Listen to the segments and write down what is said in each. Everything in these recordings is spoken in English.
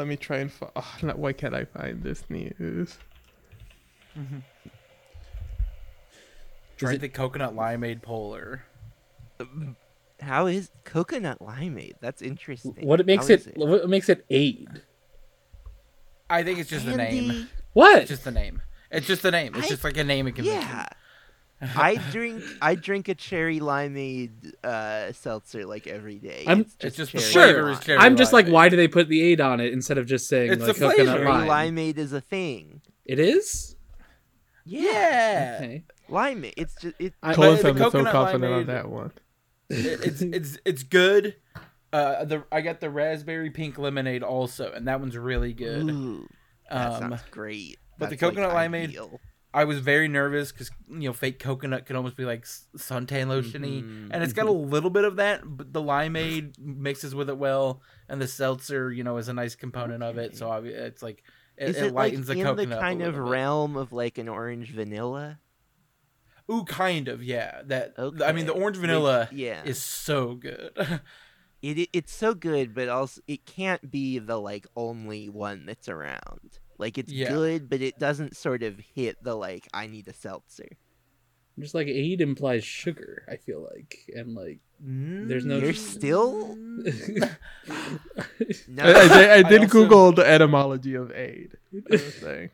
Let me try and find. Oh, no, why can't I find this news? Try it- the coconut limeade polar. How is coconut limeade? That's interesting. What it makes How it, is what makes it aid? I think it's just the name. Andy, What? It's just the name. It's just the name. It's I- just like a naming convention. Yeah. I drink I drink a cherry limeade uh, seltzer like every day. I'm- it's just, It's just the cherry flavor lime. is cherry I'm just like, limeade. why do they put the aid on it instead of just saying It's like the coconut flavor. Cherry lime? limeade is a thing. It is. Yeah. Okay. Limeade. It's just it. I- But Both the of them are so coconut confident on limeade- that one. It- it's it's it's good. Uh, the I got the raspberry pink lemonade also, and that one's really good. Ooh, Mm, that um, sounds great. but the That's, like, coconut limeade- ideal. I was very nervous because you know fake coconut can almost be like s- suntan lotiony, and it's got a little bit of that. But the limeade mixes with it well, and the seltzer you know is a nice component of it. So obvi- it's like it, Is it it like lightens in the coconut. the a kind of little bit. realm of like an orange vanilla? Ooh, kind of, yeah. That I mean, the Okay, orange which- vanilla yeah. is so good. It, it it's so good, but also it can't be the like only one that's around. Like it's Yeah. good, but it doesn't sort of hit the like I need a seltzer. Just like aid implies sugar, I feel like, and like There's no- You're still no. I, I did, I I did also- Google the etymology of aid. That's the thing.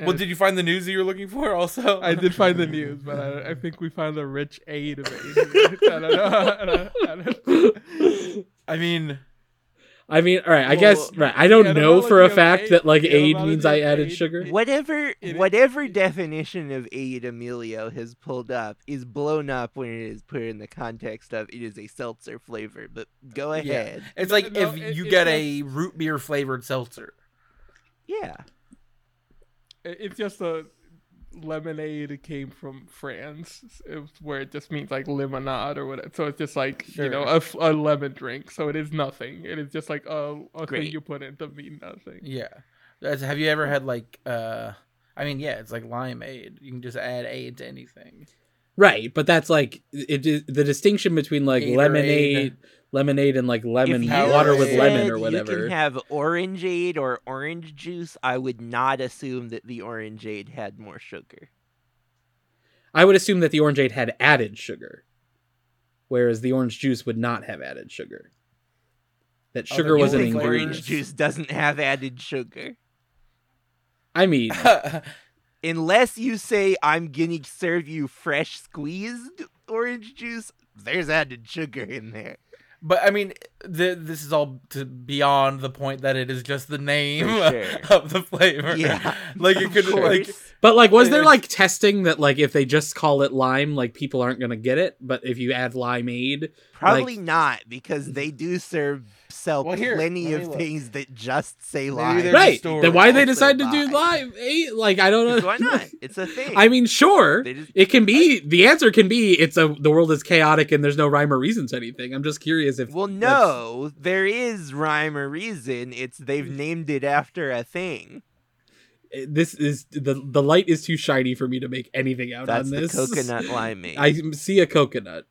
well, did you find the news that you were looking for? Also, I did find the news, but I, I think we found the rich aid of aid. I don't know. I don't, I don't- I mean, I mean, all right. I Well, guess right. I don't the know for a etymology of fact aid- that like the aid means I etymology of added aid- sugar. whatever it- whatever definition of aid Emilio has pulled up is blown up when it is put in the context of it is a seltzer flavor. But go Yeah. ahead. it's like No, if it- you it's get a root beer flavored seltzer. Yeah. It- It's just a lemonade came from France, it's where it just means like lemonade or whatever. So it's just like you know Sure. a, f- a lemon drink. So it is nothing. It is just like a, a thing Great. you put in to mean nothing. Yeah. That's, have you ever had like uh I mean, yeah, it's like limeade. You can just add aid to anything. Right, but that's like it, it- the distinction between like Gatorade. lemonade, lemonade, and like lemon if Powerade. you water with lemon said or You whatever. can have orangeade or orange juice. I would not assume that the orangeade had more sugar. I would assume that the orangeade had added sugar, whereas the orange juice would not have added sugar. That Oh, sugar the was an only Like flavor ingredient. orange juice doesn't have added sugar. I mean, Unless you say I'm gonna serve you fresh squeezed orange juice, there's added sugar in there. but I mean, th- this is all to beyond the point that it is just the name sure. of the flavor. Yeah, like it Of could like course. but like, was there It's- like testing that like if they just call it lime, like people aren't gonna get it, but if you add limeade, Probably not because they do serve sell Well, here, plenty let me of look. things that just say Maybe lime. there's a right? store Then why they also decide to do lime. lime? eh, Like, I don't 'Cause know. Why not? It's a thing. I mean, sure. They just- It can be the answer can be it's a the world is chaotic and there's no rhyme or reason to anything. I'm just curious if Well, that's- no, there is rhyme or reason. It's they've Mm. named it after a thing. eh, this is the the light is too shiny for me to make anything out That's on the this. coconut limeade. I see a coconut.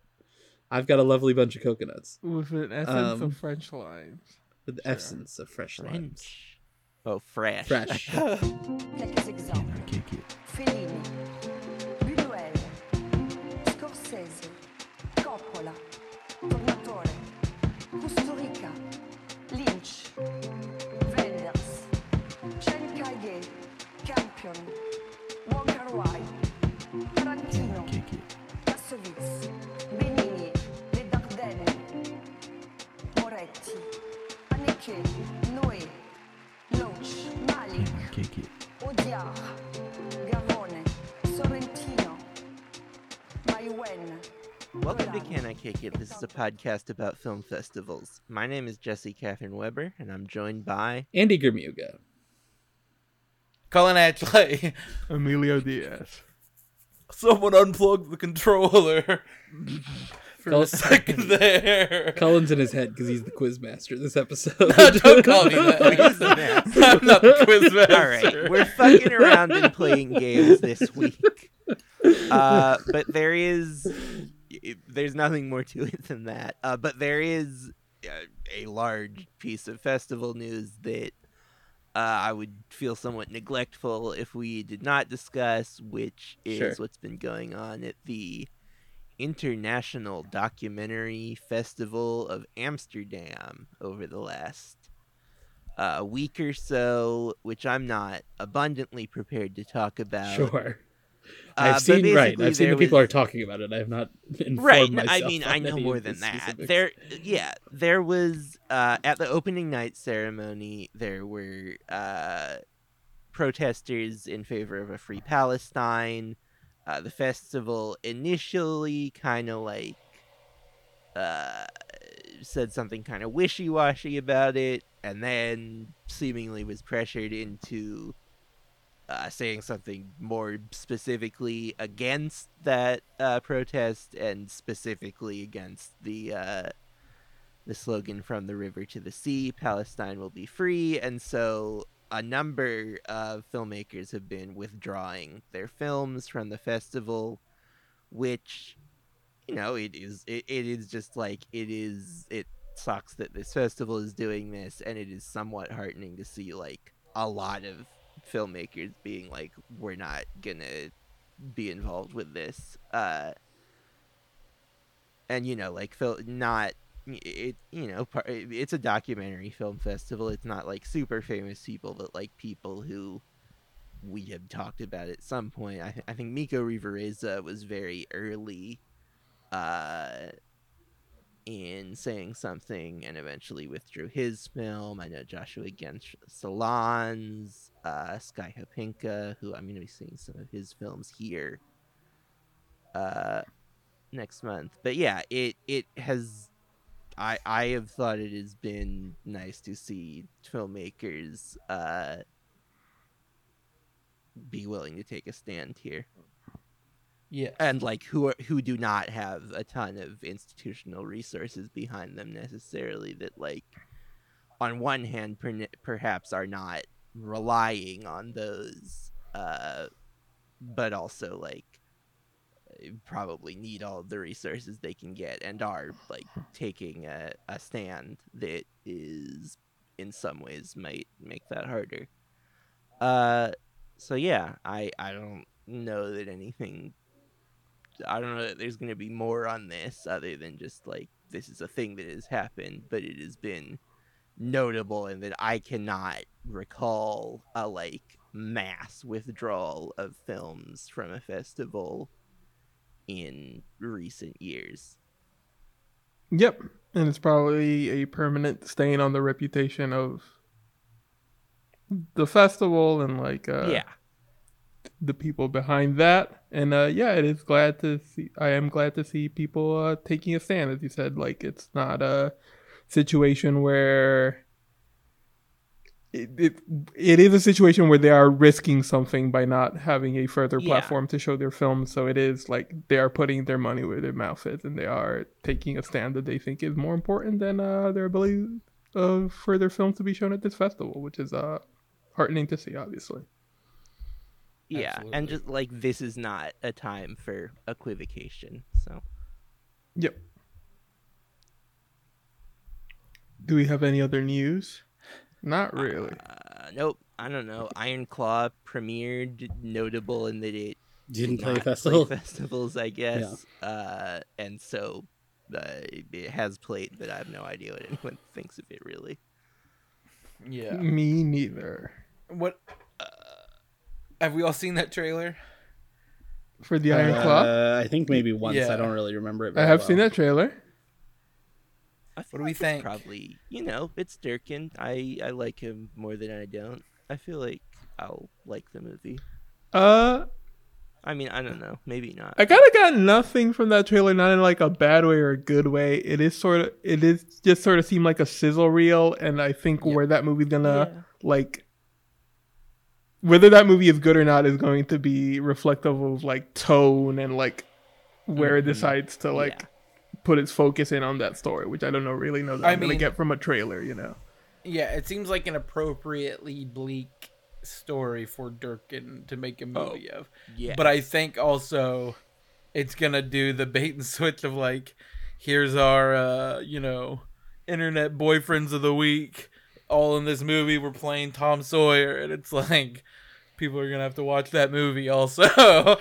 I've got a lovely bunch of coconuts With an essence Um, of French limes. with the essence of fresh limes. French. Oh, fresh. Fresh. Quelques exemples. Fellini, Buñuel, Scorsese, Coppola, Tornatore, Kusturica, Lynch, Wenders, Chen Kaye, Campion, Walker White, Tarantino, Kassovitz, Benigni, Les Dardennes, Moretti, Haneke, Noé, Loach, Malik, Odiar, Gavone, Sorrentino, Mayuen. Welcome to Can I Kick It? This is a podcast about film festivals. My name is Jesse Catherine Weber, and I'm joined by. Andy Grimuga. Colin Ashley. Emilio Diaz. Someone unplugged the controller for Col- a second there. Cullen's in his head because he's the quiz master this episode. Don't call me that. Who's the man? I'm not the quiz All master. right, we're fucking around and playing games this week. Uh, but there is, it- there's nothing more to it than that. Uh, but there is uh, a large piece of festival news that uh, I would feel somewhat neglectful if we did not discuss, which is Sure. what's been going on at the International Documentary Festival of Amsterdam over the last uh, week or so, which I'm not abundantly prepared to talk about. Sure. Uh, I've but seen right. basically I've seen there that people was- are talking about it. I have not informed right no, myself. i mean on i know any more of the than that specifics. there yeah there was uh at the opening night ceremony there were uh protesters in favor of a free palestine uh the festival initially kind of like uh said something kind of wishy-washy about it and then seemingly was pressured into uh, saying something more specifically against that uh, protest and specifically against the uh, the slogan from the river to the sea, Palestine will be free, and so a number of filmmakers have been withdrawing their films from the festival, which you know it is it, it is just like it is it sucks that this festival is doing this and it is somewhat heartening to see like a lot of filmmakers being like we're not gonna be involved with this uh and you know like fil- not it you know par- it's a documentary film festival it's not like super famous people but like people who we have talked about at some point i, I think miko rivereza was very early uh in saying something and eventually withdrew his film. I know Joshua Gens Salons, uh, Sky Hopinka, who I'm going to be seeing some of his films here uh, next month. But yeah, it it has. I I have thought it has been nice to see filmmakers uh, be willing to take a stand here Yeah. and like who are, who do not have a ton of institutional resources behind them necessarily that like on one hand per- perhaps are not relying on those uh but also like probably need all of the resources they can get and are like taking a, a stand that is in some ways might make that harder uh so yeah i i don't know that anything I don't know that there's going to be more on this other than just like this is a thing that has happened, but it has been notable in that I cannot recall a like mass withdrawal of films from a festival in recent years. Yep. And it's probably a permanent stain on the reputation of the festival and like uh yeah. the people behind that. And uh yeah, it is glad to see I am glad to see people uh taking a stand as you said like it's not a situation where it, it, it is a situation where they are risking something by not having a further Yeah. platform to show their film. So it is like they are putting their money where their mouth is, and they are taking a stand that they think is more important than uh, their ability of for their film to be shown at this festival, which is uh, heartening to see, obviously. Yeah. And Absolutely. just like this is not a time for equivocation. So Yep. Do we have any other news? Not really. uh, nope. I don't know. Iron Claw premiered, notable in that it didn't did play not festival. festivals, I guess. Uh, and so uh, it has played, but I have no idea what anyone thinks of it really. Yeah. Me neither. What? Uh, have we all seen that trailer? For the Iron Claw, Uh, I think maybe once. Yeah. I don't really remember it. I very have well. seen that trailer. I What do feel we like it's think? Probably, you know, it's Durkin. I I like him more than I don't. I feel like I'll like the movie. Uh, I mean, I don't know. Maybe not. I kind of got nothing from that trailer, not in like a bad way or a good way. It is sort of, it is just sort of seemed like a sizzle reel, and I think Yeah. where that movie's gonna Yeah. like, whether that movie is good or not, is going to be reflective of like tone and like where it Mhm. decides to like put its focus in on that story, which I don't know really know that I I am gonna mean- get from a trailer, you know? Yeah, it seems like an appropriately bleak story for Durkin to make a movie of. yeah. But I think also it's gonna do the bait and switch of like, here's our uh, you know, internet boyfriends of the week. all in this movie were playing Tom Sawyer, and it's like people are gonna have to watch that movie. Also,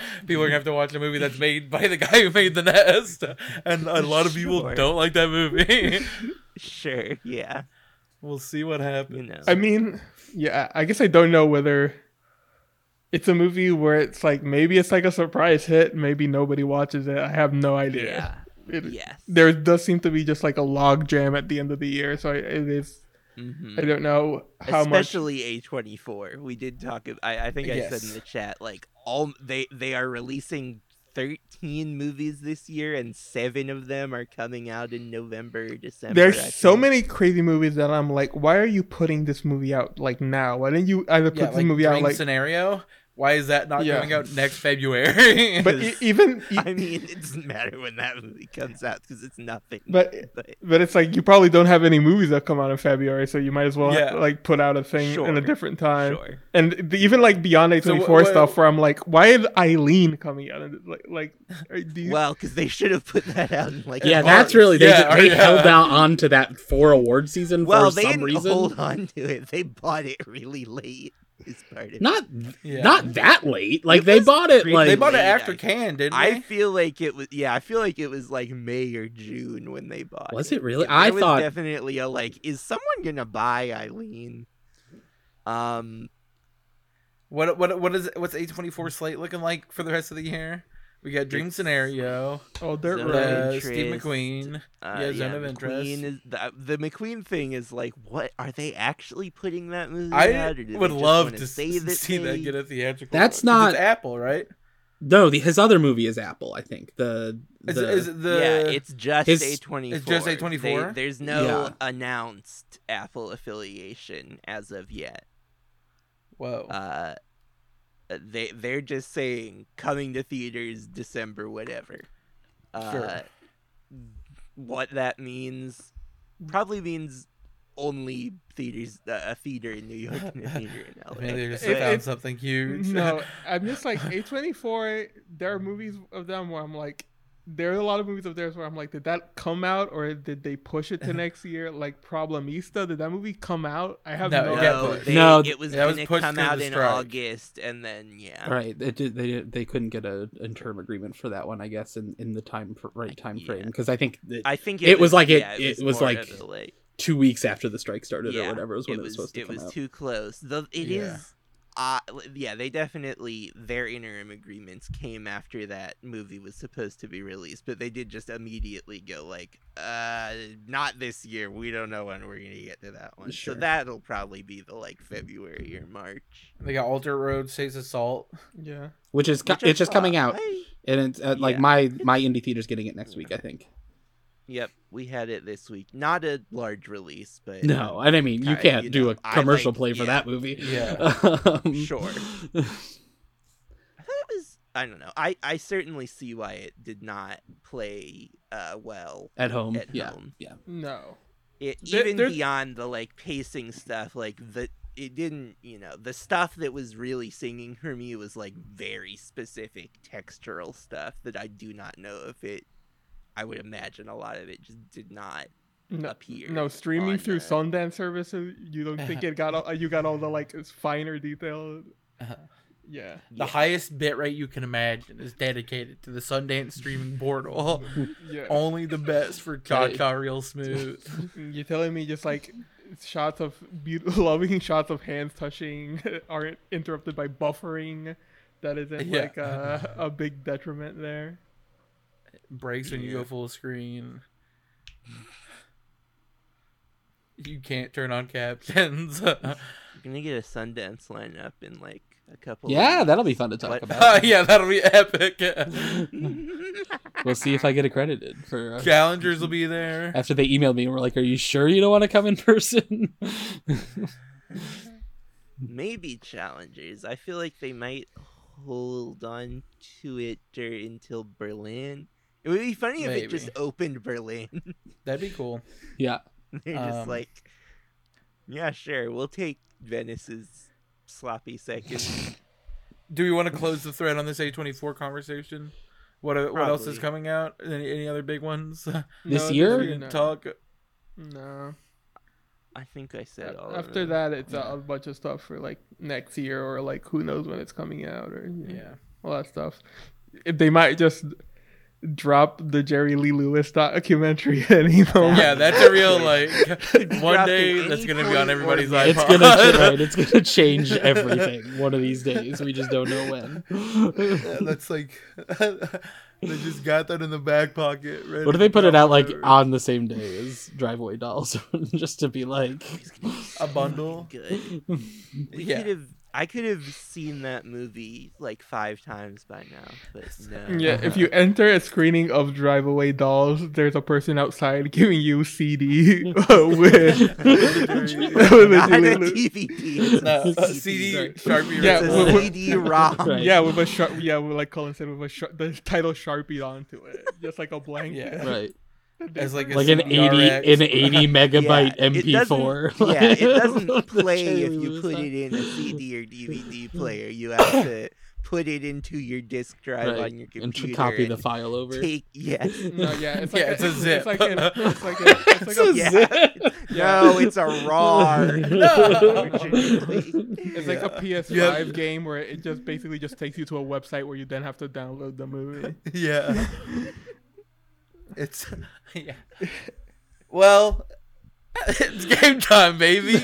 people are gonna have to watch a movie that's made by the guy who made The Nest, and a lot of people Sure. don't like that movie. Sure, yeah. we'll see what happens. You know. I mean, yeah, I guess I don't know whether it's a movie where it's like maybe it's like a surprise hit, maybe nobody watches it. I have no idea. Yeah. yes. There does seem to be just like a log jam at the end of the year, so I, it is. Mhm. I don't know how much. Especially A24. We did talk ab- I I think I said Yes. in the chat like all they they are releasing 13 movies this year and 7 of them are coming out in November or December. I There's so think. many crazy movies that I'm like, why are you putting this movie out like now? Why didn't you either put Yeah, this like movie out dream like? scenario. Why is that not Yeah. coming out next February? But e- even e- I mean, it doesn't matter when that movie comes out because it's nothing. but but it's like you probably don't have any movies that come out in February, so you might as well Yeah. like put out a thing in Sure. a different time. sure. and the, even like beyond A So twenty wh- four wh- stuff, where I'm like, why is Eileen coming out? And like, like are- do you, Well, because they should have put that out in like Yeah, March. that's really they, Yeah, they yeah. held out on to that for award season well. for They some didn't reason. hold on to it. They bought it really late. Is part of it. Not Yeah. not that late. Like It they was bought it pretty- like they bought it Late, after I- Can, didn't I they? feel like it was yeah, I feel like it was like May or June when they bought. Was it really? There I was thought definitely a like is someone going to buy Eileen? Um What what what is what's A twenty four slate looking like for the rest of the year? We got Dream It's- Scenario, oh, dirt So road. the- uh, Steve Interest, McQueen. uh, Yeah, Zone of McQueen Interest. Is, the, uh, the McQueen thing is like, what are they actually putting that movie I out? or do they would just love wanna to say see, that see that they- get a theatrical. That's 'cause not- it's Apple, right? no. The, his other movie is Apple. I think the, Is, the is it the yeah, it's just his- a twenty. it's just A24? There's no Yeah. announced Apple affiliation as of yet. whoa? uh they they're just saying coming to theaters december whatever uh Sure. what that means probably means only theaters uh, a theater in new york and a theater in la Maybe they just it- found it- something huge. No, I'm just like A twenty four. There are movies of them where I'm like, there are a lot of movies of theirs where I'm like, did that come out or did they push it to next year? Like Problemista, did that movie come out? I have No, no, it idea. got no, pushed. they, No, it was "Oh, that was gonna pushed come through out the in strike. august and then yeah right. They did, they did- they couldn't get a interim agreement for that one. I guess in in the time fr- right time Yeah. frame because I think that i think It was like it- yeah, it it was more like of a, like two weeks after the strike started Yeah, or whatever was when it was, supposed to it come was out. too close the it is Yeah. uh, l- yeah they definitely their interim agreements came after that movie was supposed to be released but they did just immediately go like uh not this year we don't know when we're gonna get to that one Sure. so that'll probably be the like february or march They got Alter Road, Says Assault. Yeah, Which is co- which I it's just coming thought, out I- and it's uh, like Yeah. my my indie theater's getting it next week. I think. yep we had it this week not a large release but No, and I mean you kinda, can't you do know, a I commercial like- play yeah. for that movie. Yeah. Um, Sure. I thought it was I don't know. I I certainly see why it did not play uh well At home. at Um, yeah. home. Yeah. no. It, There- even there- beyond the like pacing stuff, like the it didn't, you know, the stuff that was really singing for me was like very specific textural stuff that I do not know if it I would imagine a lot of it just did not No, appear. no, streaming on through the- Sundance services. You don't think it got all, you got all the like finer detail? Uh-huh. Yeah, The highest bit rate you can imagine is dedicated to the Sundance streaming portal. yeah. Only the best for God Got Real Smooth. Mm, You're telling me just like shots of beautiful, loving shots of hands touching aren't interrupted by buffering. That isn't Yeah. like a, a big detriment there. breaks when you go Yeah. full screen. You can't turn on Uh, captions. You're gonna get a Sundance lineup in like a couple Yeah, of that'll be fun to talk What- about. yeah, that'll be epic. We'll see if I get accredited for uh, Challengers will be there. after they emailed me and were like, "Are you sure you don't want to come in person?" maybe challengers. I feel like they might hold on to it dur- until Berlin. It would be funny if it just Maybe. opened Berlin. That'd be cool. yeah. They're just Um, like, yeah, sure, we'll take Venice's sloppy second. Do we want to close the thread on this A24 conversation? What uh, what else is Probably. coming out? Any, any other big ones? This No, year? no, We no. didn't talk. No. I think I said all. of After that, them. it's uh, a bunch of stuff for like next year or like who knows when it's coming out or yeah, Yeah. all that stuff. If they might just drop the Jerry Lee Lewis documentary at any moment. Yeah, that's a real like one Dropped day in that's any gonna be on point everybody's or- iPod. It's It's gonna ch- right, it's gonna change everything one of these days. We just don't know when. that's like they just got that in the back pocket. Ready What if they to put it drop out like whatever. on the same day as Driveway Dolls, just to be like, a bundle? Good. We Yeah. could have. I could have seen that movie like five times by now, but no. Yeah, if Uh-huh. you enter a screening of Drive Away Dolls, there's a person outside giving you CD with, with a Not a Jerry Lee- DVD. It's No, a a CD. CD Sharpie. Yeah, erase. It's w- a w- CD-ROM. Right. Yeah, with a shar- yeah, with, like Colin said, with a shar- the title sharpie onto it, just like a blank. Yeah. right, As like a like an eighty, CDRX. an eighty megabyte Yeah, it doesn't- MP4. Yeah, it doesn't Like, play Jerry if you Lewis put doc- it in a CD or DVD player. You have to put it into your disk drive Right, on your computer and to copy the file over. Take yes. No, yeah, it's like Yeah, it's a It's zip. like, an, it's like, a, it's like It's a a Yeah. zip. No, it's a RAR. No. Unfortunately. It's like a PS5 Yeah. game where it just basically just takes you to a website where you then have to download the movie. Yeah. it's yeah. Well, it's game time, baby.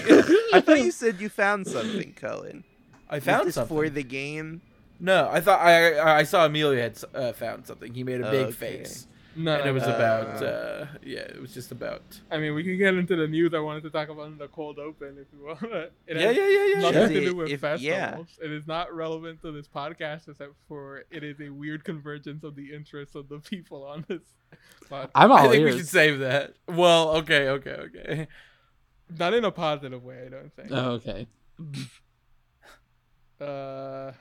I thought you said you found something, Cullen. I Was found this something. for the game. No, I thought I I- I saw Amelia had uh, found something. He made a big Okay. face, No, and it was no, no. about uh, yeah, it was just about I mean, we can get into the news. I wanted to talk about in the cold open if you want. It yeah has yeah yeah yeah. Nothing yeah. Sure. to do with If- festivals. yeah. It is not relevant to this podcast except for it is a weird convergence of the interests of the people on this podcast. I'm I all think we should ears. save that. Well, okay, okay, okay. Not in a positive way, I don't think. Oh, okay. Oh. uh,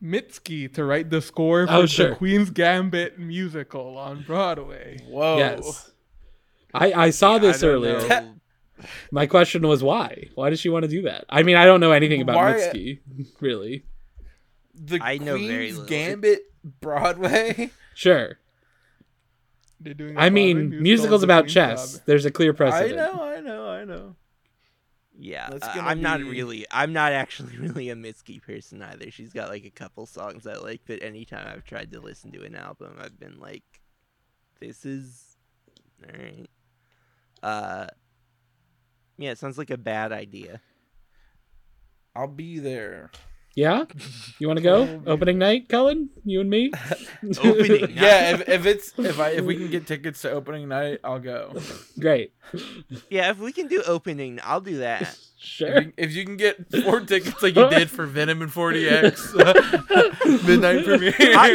Mitski to write the score for Oh, the sure. Queen's Gambit musical on Broadway. Whoa. Yes. I, I saw this I don't earlier. know. My question was why? Why does she want to do that? I mean, I don't know anything about Why- Mitski, really. The I know very Queen's little. Gambit Broadway. Sure. They're doing a I Broadway mean, musical musicals of the about Queen's chess. Gambit. There's a clear I precedent. know, I know, I know. Yeah, That's uh, gonna I'm not be- really. I'm not actually really a Mitski person either. She's got like a couple songs I like, but anytime I've tried to listen to an album, I've been like, "This is all right." Uh, yeah, it sounds like a bad idea. I'll be there. Yeah? You want to go? Opening night, Cullen? You and me? Opening. Yeah, if, if it's if I if we can get tickets to opening night, I'll go. Great. Yeah, if we can do opening, I'll do that. If Sure. you, if you can get four tickets like you did for Venom and 40X midnight I premiere.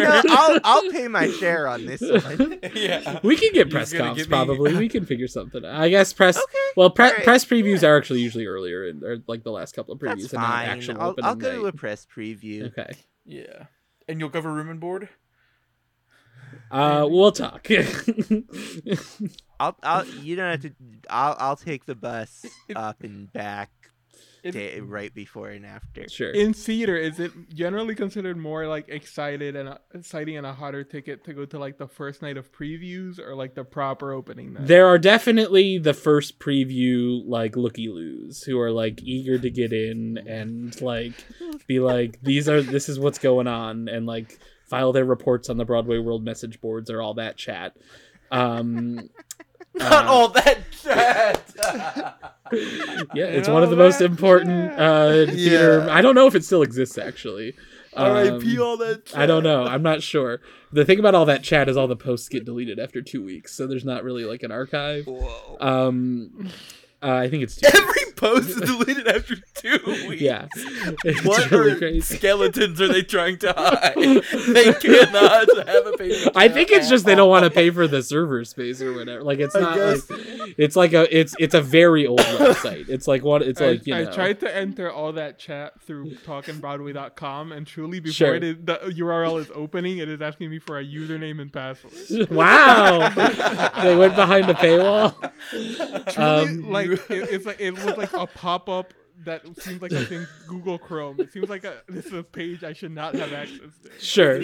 know, I'll I'll pay my share on this one. yeah. We can get He's press gonna comps, give me- probably. We can figure something out. I guess press. Well, pre- Alright. press previews are actually ually earlier, in, or like the last couple of previews, That's and not fine. actual I'll, opening I'll go to a night. press preview. Okay. Yeah. And you'll cover room and board? Uh, we'll talk. I'll I'll you don't have to. I'll I'll take the bus up and back, If- day, right before and after. sure. In theater, is it generally considered more like excited and uh, exciting and a hotter ticket to go to like the first night of previews or like the proper opening night? There are definitely the first preview like looky loos who are like eager to get in and like be like these are this is what's going on and like file their reports on the Broadway World message boards or all that chat. Um Not uh, all that chat. yeah, it's and one of all the most that important chat. uh theater. Yeah. I don't know if it still exists actually. R.I.P. Um, all that chat. I don't know. I'm not sure. The thing about all that chat is all the posts get deleted after 2 weeks, so there's not really like an archive. Whoa. Um, uh, I think it's two. Every post is deleted after two weeks. yeah, it's What really are- crazy. skeletons are they trying to hide? They cannot have a paper. I think it's just they don't want to pay for the server space or whatever. Like it's not like guess. it's like a it's it's a very old website. It's like what it's I, like you I know. tried to enter all that chat through talkingbroadway.com, and truly, before Sure. it is, the URL is opening, it is asking me for a username and password. Wow, they went behind the paywall. Truly, Um, like it, it's like it was like a pop up that seems like I think Google Chrome. It seems like a, this is a page I should not have access to. Sure.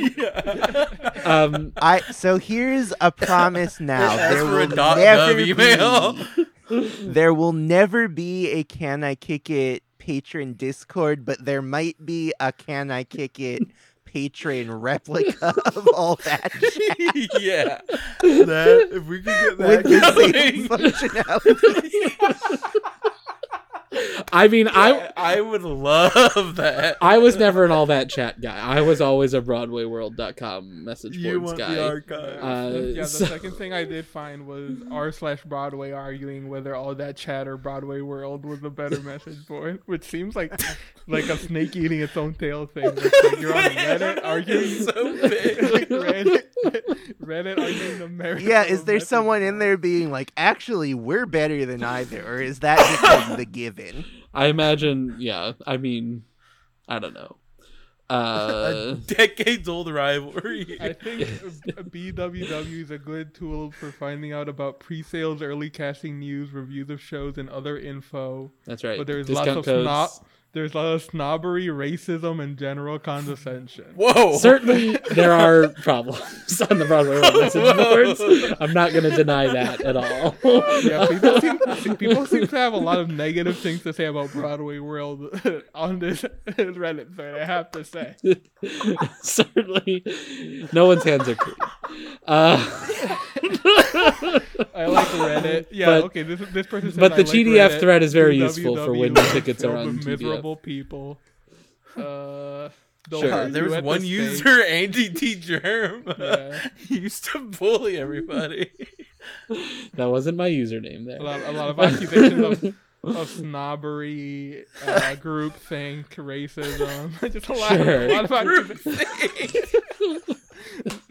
Um, I so here's a promise now. Ask there for a will dot never gov email. be There will never be a Can I Kick It patron Discord, but there might be a Can I Kick It patron replica of all that shit yeah, that if we could get with the same that functionality. I mean, I going, I would love that. I was never an all that chat guy. I was always a BroadwayWorld.com message you boards want guy. the archive? Uh, yeah, the so- second thing I did find was r slash Broadway arguing whether all that chat or Broadway world was a better message board, which seems like like a snake eating its own tail thing. It's like you're on Reddit arguing so big. Reddit, Reddit arguing the merit. yeah, of is a there message someone in board. there being like, actually, we're better than either, or is that just like the given? I imagine. Yeah, I mean, I don't know. Uh, Decades old rivalry. I think uh, BWW is a good tool for finding out about pre-sales, early caching news, reviews of shows, and other info. that's right. But there's Discount lots of codes. snob. There's a lot of snobbery, racism, and general condescension. Whoa. Certainly, there are problems on the Broadway World message boards. Whoa. I'm not going to deny that at all. yeah, people seem, people seem to have a lot of negative things to say about Broadway World on this Reddit thread. I have to say, Certainly, no one's hands are clean. Uh, I like Reddit. Yeah, But- okay. This this person. Said but I the like TDF Reddit. thread is very BWW useful for when the is tickets are filled on with TDF. miserable people. Uh, they'll Sure. Uh, hurt there you was at the one stake. user, Andy T. Germ. Yeah. he used to bully everybody. that wasn't my username there. A lot, a lot of accusations of, of snobbery, uh, groupthink, racism. Just a lot, Sure. a lot of accusations.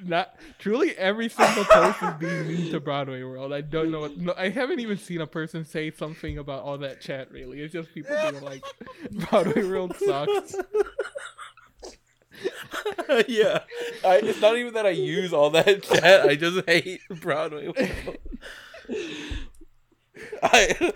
Not truly every single post is being mean to Broadway World. I don't know. What, no, I haven't even seen a person say something about all that chat. Really, it's just people being like, Broadway World sucks. yeah. I, it's not even that I use all that chat. I just hate Broadway. World. I,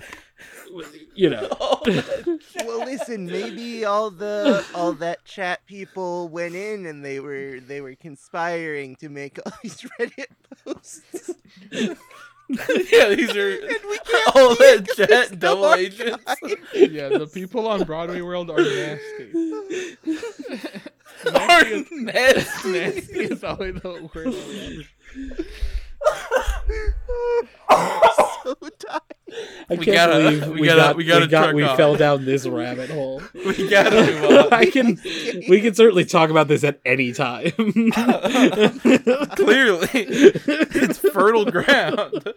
you know. all that- well listen maybe all the all that chat people went in and they were they were conspiring to make all these reddit posts yeah, these are we can't all see it that 'cause there's chat no double archive. agents. Yeah, the people on Broadway World are nasty. Are nasty. Nasty is always the word. so tired. I We can't gotta- believe we we gotta- got we gotta we, got, truck we off. fell down this rabbit hole. We gotta move on. I can we can certainly talk about this at any time. Clearly, it's fertile ground,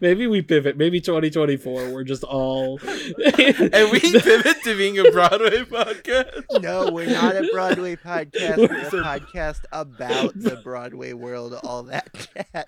maybe we pivot. Maybe 2024 we're just all and we pivot to being a Broadway podcast. no we're not a broadway podcast we're Listen. a podcast about the broadway world all that chat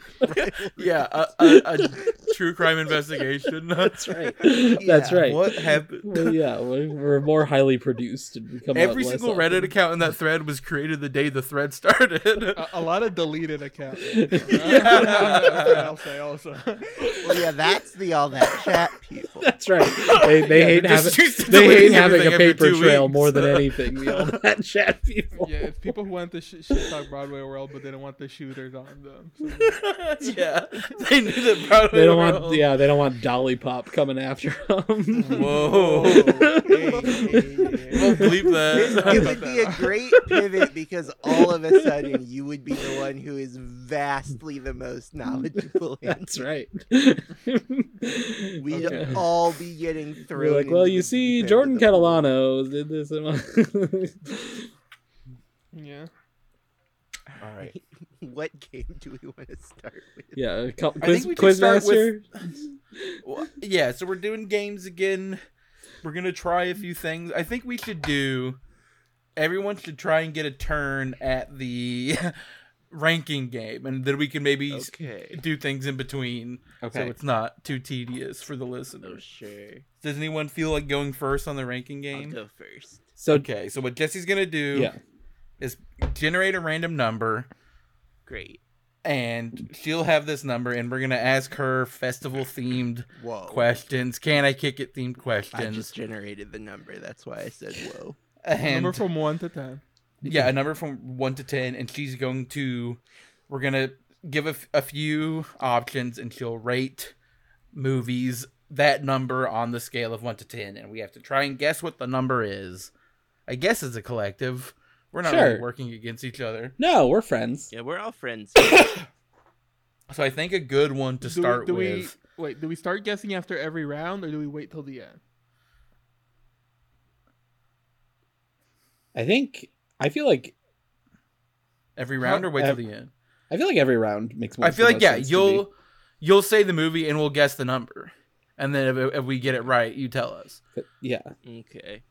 Yeah, a, a, a true crime investigation. That's right. That's Yeah. right. What happened? Well, yeah, we- we're more highly produced and we come out Every less single often. Reddit account in that thread was created the day the thread started. a, a lot of deleted accounts. Yeah. I'll say also. well yeah that's the all that chat people That's right. They, they hate they're just having used to they hate deleting having a everything every paper two trail weeks. more than anything. We all that chat people. Yeah, it's people who want the sh- shit talk Broadway world, but they don't want the shooters on them. So, yeah, they knew that Broadway. They don't want world- yeah, they don't want Dolly Pop coming after them. Whoa. We'll bleep that. it would be a great pivot because all of a sudden you would be the one who is vastly the most knowledgeable. And That's right. we'd Okay. all be getting We're through. like, well, you see, Jordan Catalano did this. and yeah. All right. What game do we want to start with? yeah, cu- I quiz, think we should start Quizmaster. with- Well, yeah, so we're doing games again. We're gonna try a few things. I think we should do. Everyone should try and get a turn at the ranking game, and then we can maybe s- Okay. do things in between, so it's not too tedious for the Oh listeners. sure. Does anyone feel like going first on the ranking I'll game? go first. So Okay, so what Jesse's gonna do yeah, is generate a random number, Great. and she'll have this number, and we're gonna ask her festival themed Whoa. questions. Can I kick it? Themed I questions. just generated the number. That's why I said whoa. And Number from one to ten. yeah, a number from one to ten, and she's going to. We're gonna give a, f- a few options, and she'll rate movies that number on the scale of 1 to 10 and we have to try and guess what the number is. I guess it's a collective. We're not really Sure. working against each other. No, we're friends. Yeah, we're all friends. So I think a good one to Do we- start do we, with. wait, do we start guessing after every round, or do we wait till the end? I think I feel like Every round or wait till Ev- the end. I feel like every round makes more. I feel the like most yeah, sense to me. you'll you'll say the movie and we'll guess the number, and then if, if we get it right, you tell us. But, yeah. okay.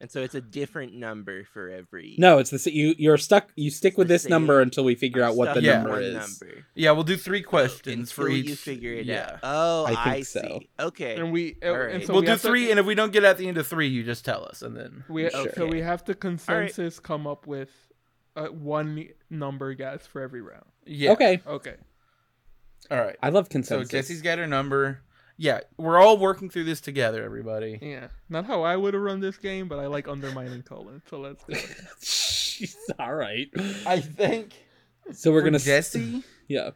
And so it's a different number for every. No, it's the sa- you. You're stuck. You stick It's with the this number same. until we figure out what Stuck the in Yeah. number one is. number. Yeah, we'll do three questions for Until each. You figure it yeah. out. Oh, I I, think see. so. Okay. And we All and right. so we'll we do have to- three, and if we don't get at the end of three, you just tell us, and then We Sure. so we have to right. consensus come up with uh, one number guess for every round. yeah. Okay, Okay. All right. I love So consensus. Jesse's got her number. Yeah, we're all working through this together, everybody. Yeah. Not how I would have run this game, but I like undermining Colin. So let's do it. Jeez, all right. I think So we're for gonna s- Jesse. Yeah,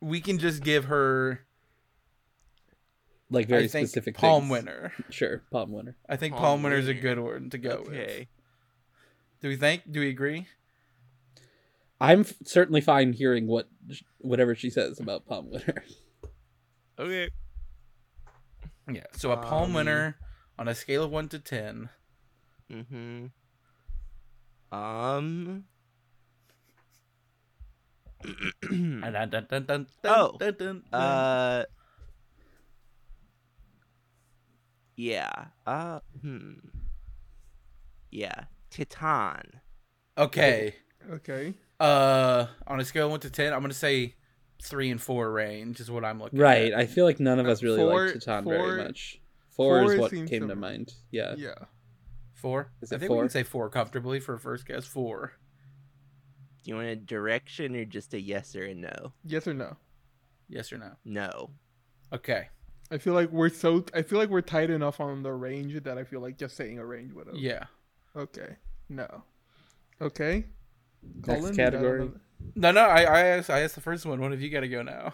We can just give her like very I think specific. palm things. winner. Sure, palm winner. I think Palm palm, winner's a winner. good one to go with. okay. Do we think? Do we agree? I'm f- certainly fine hearing what whatever she says about palm winner. Okay. Yeah. So a palm Um, winner on a scale of one to ten. Mm-hmm. Um. Dun, dun, dun, dun, dun, Oh, dun, dun, dun. uh. Yeah. Uh. Hmm. Yeah. Titan. okay. Okay. Uh, on a scale of one to ten, I'm gonna say three and four range is what I'm looking. Right. At. I feel like none of Uh, us really four- like Titan four- very much. Four, four is what seems came to- to mind. Yeah. Yeah. Four. Is I it think we four? can say four comfortably for a first guess. Four. Do you want a direction or just a yes or a no? Yes or no? Yes or no? No. Okay. I feel like we're so I feel like we're tight enough on the range that I feel like just saying a range would have. Yeah. Okay. No. Okay. Next you got category. another- No, no. I, I asked. I asked the first one. One of you got to go now.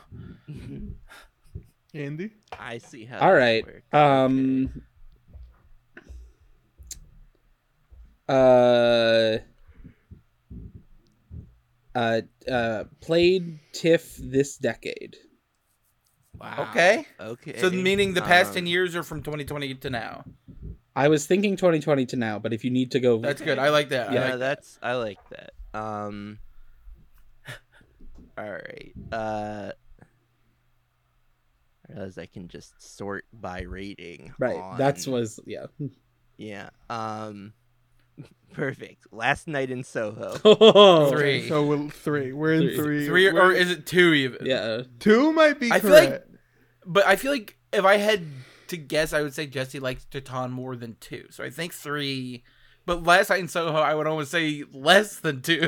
Andy. I see how. All this right. works. Um. Uh. Uh, uh, played TIFF this decade. Wow. Okay. Okay. So meaning the past ten um, years are from 2020 to now. I was thinking 2020 to now, but if you need to go, That's good. I like that. Yeah, I like that. that's I like that. Um. All right. Uh. I realize I can just sort by rating. right, that's on- was yeah. Yeah. Um. Perfect. Last night in Soho. Three. Okay, so we're three. We're in Three. three. Three or, We're- or is it two even? Yeah, two might be I feel like- correct. But I feel like if I had to guess, I would say Jesse likes Titan more than two. So I think three. But last night in Soho, I would almost say less than two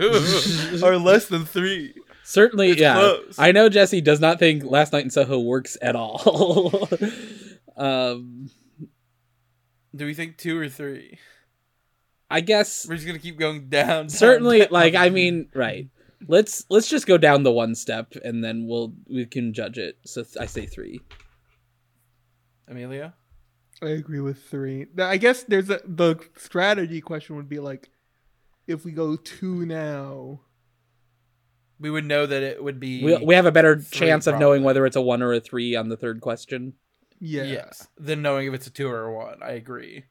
or less than three. certainly. It's yeah, close. I know Jesse does not think Last Night in Soho works at all. um, Do we think two or three? I guess We're just gonna keep going down. down, certainly. down. Like, I mean, right. Let's let's just go down the one step, and then we'll we can judge it. So th- I say three. Amelia. I agree with three. Th- I guess there's a the strategy question would be like, if we go two now, We would know that it would be We we have a better Three, chance of probably. knowing whether it's a one or a three on the third question. yeah, yes. Then knowing if it's a two or a one, I agree.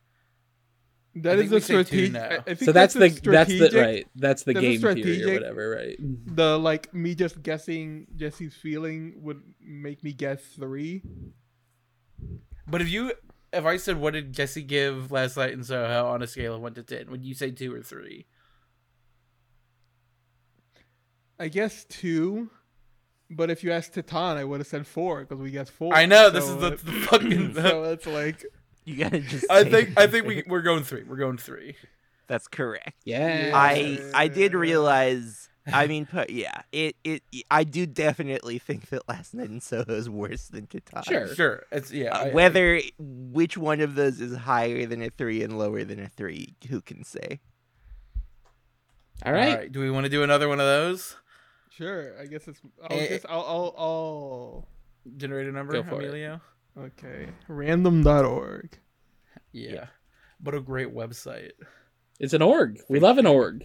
that is I think we the say two strategic. now. I, I think So that's the that's that's the strategic- right that's the that's a game theory or strategic- whatever. Right. The like me just guessing Jesse's feeling would make me guess three. But if you, if I said what did Jesse give last night in Soho on a scale of one to ten, would you say two or three? I guess two, but if you asked Titan, I would have said four because we guessed four. I know this is So the, it- the fucking. so it's like You gotta just. I say think I think we we're going three. We're going three. That's correct. Yeah. I I did Yeah. realize. I mean, pu- yeah. It it. I do definitely think that Last Night in Soho is worse than Titan. Sure. Sure, it's yeah. Uh, I- whether which one of those is higher than a three and lower than a three, who can say? All right. Do we want to do another one of those? sure. I guess it's. I'll Eh. guess, I'll, I'll, I'll generate a number, Go for it. Emilio? Okay. Random.org. Yeah. What a great website. It's an org. We love an org.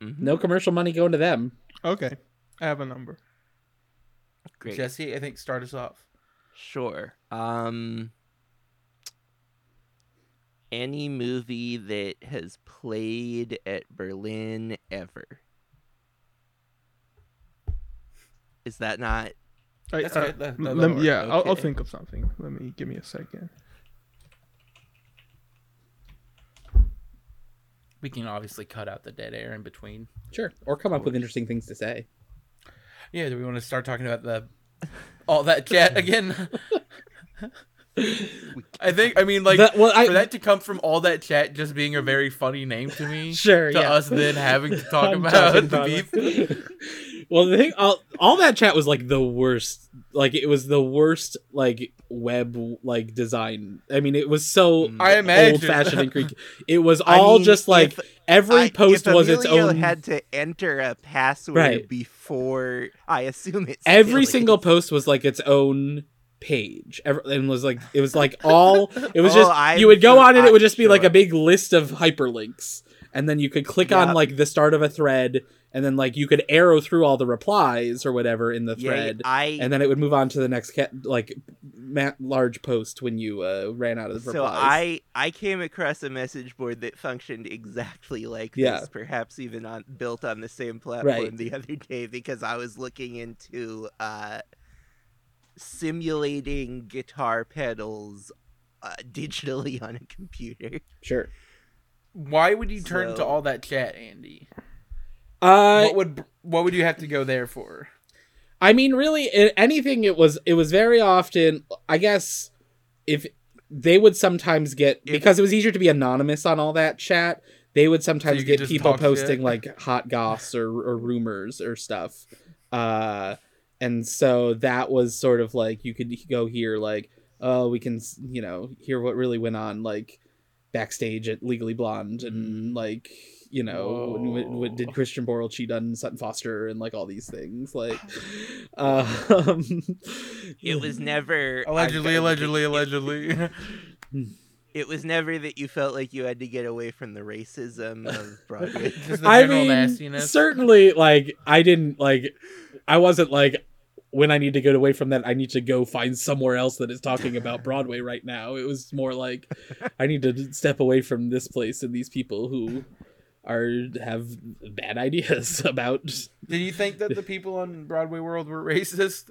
Mm-hmm. Mhm. No commercial money going to them. Okay. I have a number. Great. Jesse, I think start us off. Sure. Um any movie that has played at Berlin ever. Is that not I, That's uh, okay. That- that- lem- that'll work. yeah, I'll, I'll Okay. think of something. Let me give me a second. We can obviously cut out the dead air in between. Sure. Or come up with interesting things to say. Yeah, do we want to start talking about the all that chat again? I think I mean like That- well, I- for that to come from all that chat just being a very funny name to me. Sure, To yeah. us then having to talk I'm about talking the about it. beef. well, the thing, all, all that chat was like the worst. Like it was the worst like web like design. I mean, it was so I imagine. old fashioned and creaky. It was Mm. I all mean, just like if every I- post if was its Emilio own. had to enter a password Right. before I assume it's every single post was like its own page Ever and was like it was like all it was Oh, just I'm you would go sure- on and it I'm would just be like sure. a big list of hyperlinks and then you could click on Yep. like the start of a thread and then like you could arrow through all the replies or whatever in the yeah, thread I and then it would move on to the next ca- like ma- large post when you uh, ran out of so replies. I I came across a message board that functioned exactly like Yeah. this, perhaps even on built on the same platform Right. the other day because I was looking into uh, simulating guitar pedals uh, digitally on a computer. sure. Why would you turn to So- all that chat, Andy? Uh, what would what would you have to go there for? I mean, really, i- anything. It was it was very often. I guess if they would sometimes get If- because it was easier to be anonymous on all that chat. They would sometimes you could get just people talk posting shit. like hot goss or, or rumors or stuff, uh, and so that was sort of like you could go here like oh we can s- you know hear what really went on like backstage at Legally Blonde Mm. and like you know when, when, when did Whoa. Christian Borle cheat on Sutton Foster and like all these things like um It was never Mm-hmm. I Allegedly, found that allegedly, it- allegedly. It was never that you felt like you had to get away from the racism of Broadway. Just the I general mean nastiness. certainly like I didn't like I wasn't like when I need to get away from that I need to go find somewhere else that is talking about Broadway right now it was more like I need to step away from this place and these people who are have bad ideas about Did you think that the people on Broadway World were racist?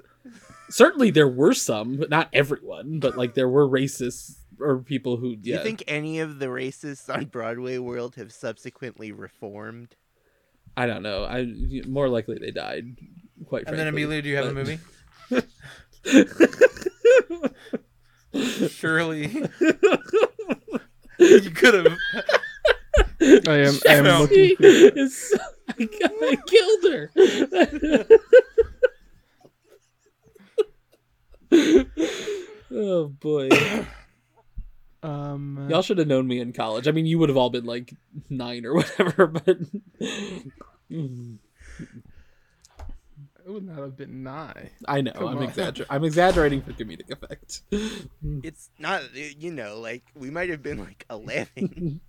certainly there were some, but not everyone. But like there were racists or people who Do yeah. you think any of the racists on Broadway world have subsequently reformed? I don't know. I more likely they died. Quite And then frankly. Amelia, do you have a but- movie? Surely you could have. I am I Shut up. am looking She through that. is- I, got- I killed her. oh boy, Um y'all should have known me in college. I mean, you would have all been like nine or whatever, but it would not have been nigh. I know Come I'm on. exaggerating. I'm exaggerating for comedic effect. It's not, you know, like we might have been like 11.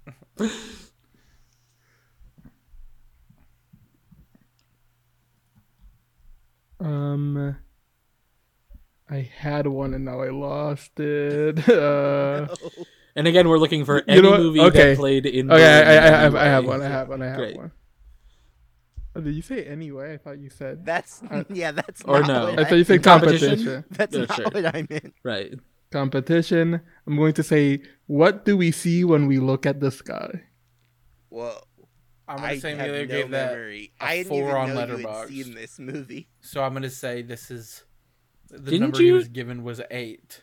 Um I had one and now I lost it. Uh, And again, we're looking for any know what? movie Okay. that played in. okay, I, I, Berlin I have I have anyway. one. I have one. I have Great. one. Oh, did you say anyway? I thought you said That's, Uh, yeah, that's or not no. what I I, thought you said competition? competition. that's Yeah, not sure. what I meant. Right. Competition. I'm going to say what do we see when we look at the sky? Whoa. I'm gonna I say have Amelia no gave that, memory. I didn't four even on know Letterboxd. you had seen this movie. so I'm gonna say this is the Didn't number he you- was given was eight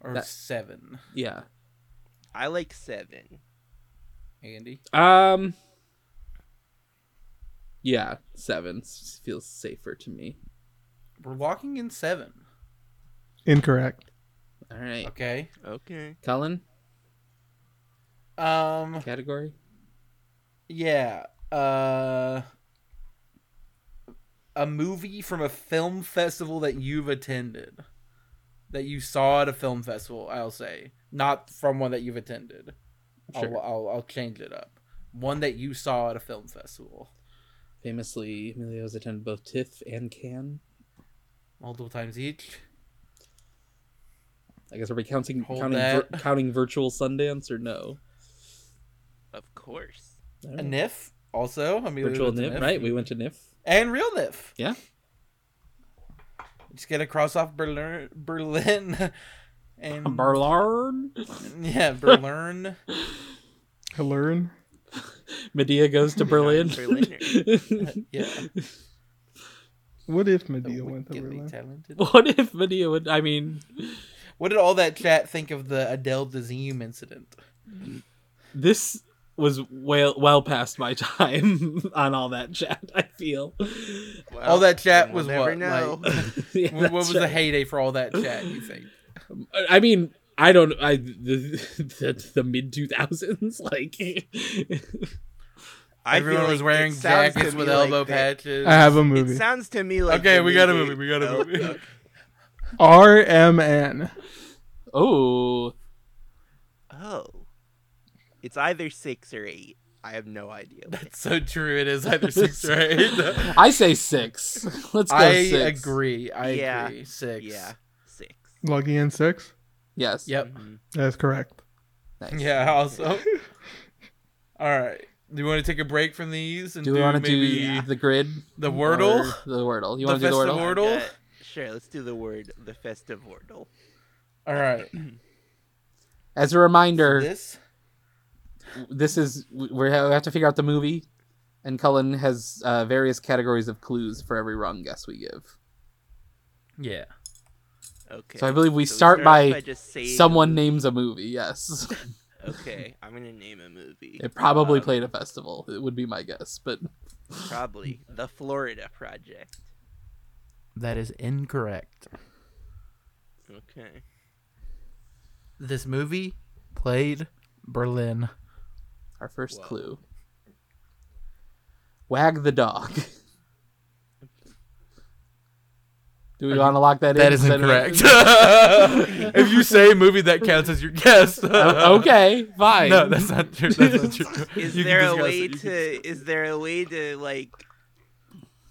or That- seven. Yeah. I like seven. Andy, Um. Yeah, seven s- feels safer to me. we're walking in seven. Incorrect. All right, Okay. Okay. Colin, Um. category. Yeah. Uh. a movie from a film festival that you've attended, that you saw at a film festival. I'll say not from one that you've attended. Sure. I'll, I'll I'll change it up. One that you saw at a film festival Famously, Emilio's attended both TIFF and Cannes. multiple times each. I guess are we counting Hold counting, vir- that. counting virtual Sundance or no? Of course. All A right. NIF also. I mean, virtual it's a NIF, right? We went to NIF. And real NIF. Yeah. Just get to cross off Berlin, Berlin, and Berlin. yeah, Berlin. I learn. Medea goes to Berlin. Berliner. yeah, What if The Medea went to wickedly Berlin? talented. what if Medea would? I mean, What did all that chat think of the Adele Dazeem incident? this was well well past my time on all that chat. I feel. Oh, all that chat then was we'll what? never know. Like, Yeah, what was that's the right. heyday for all that chat? You think? I mean, I don't. I the the, the mid two thousands, like I feel Everyone was like wearing it sounds to jackets me with like elbow that- patches. I have a It movie. sounds to me like. okay, the we got a movie. We got a Oh, movie. RMN. oh, Oh, it's either six or eight. I have no idea. what it- That's so true. It is either six or eight. I say six. Let's go. I six. agree. I Yeah. agree. Six. Mm-hmm. Yeah, six. Lucky and six. Yes. Yep. Mhm. That's correct. Nice. Yeah. Also. All right. Do you want to take a break from these and Do do, we want to do maybe uh, the grid? the Wordle? Or The Wordle. You The want to do the Festival Wordle? Wordle? Okay, Sure, let's do the word the festive wordle. All right. As a reminder, This. this is we have to figure out the movie, and Cullen has uh, various categories of clues for every wrong guess we give. Yeah. Okay. So I believe we So start off by just saying- Someone names a movie. Yes, Okay, I'm gonna name a movie. it probably Um, played a festival. It would be my guess, but Probably the Florida Project. That is incorrect. Okay. This movie played Berlin. our first Whoa. clue. Wag the dog. Do we want to lock that in? That is Send it- incorrect. if you say a movie, that counts as your guess. O- okay, fine. No, that's not true. That's not true. Is You can there a discuss way it. You can- to? Is there a way to like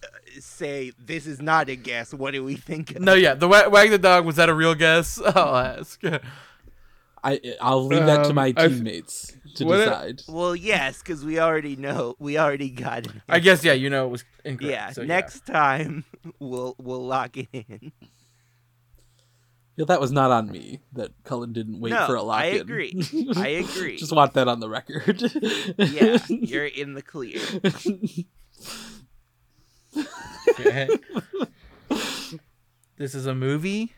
uh, say this is not a guess? What do we think? Of? No, yeah. The wa- wag the dog was that a real guess? I'll ask. I I'll leave that to Um, my I've- teammates to what- decide. Well, yes, because we already know. We already got it. I guess yeah. You know it was incorrect. yeah. so next time we'll we'll lock it in. Yeah, that was not on me that Cullen didn't wait No, for a lock I in. agree. I agree. Just want that on the record. Yeah, you're in the clear. Okay. this is a movie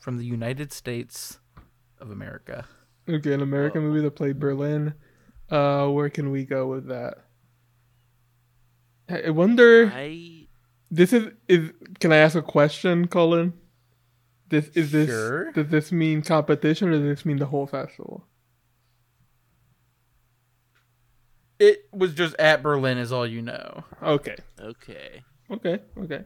from the United States of America. Okay, an American movie that played Berlin. Uh, where can we go with that? I wonder. I This is is. Can I ask a question, Colin? This is this. Sure. Does this mean competition, or does this mean the whole festival? It was just at Berlin, is all you know. Okay. okay. Okay. Okay.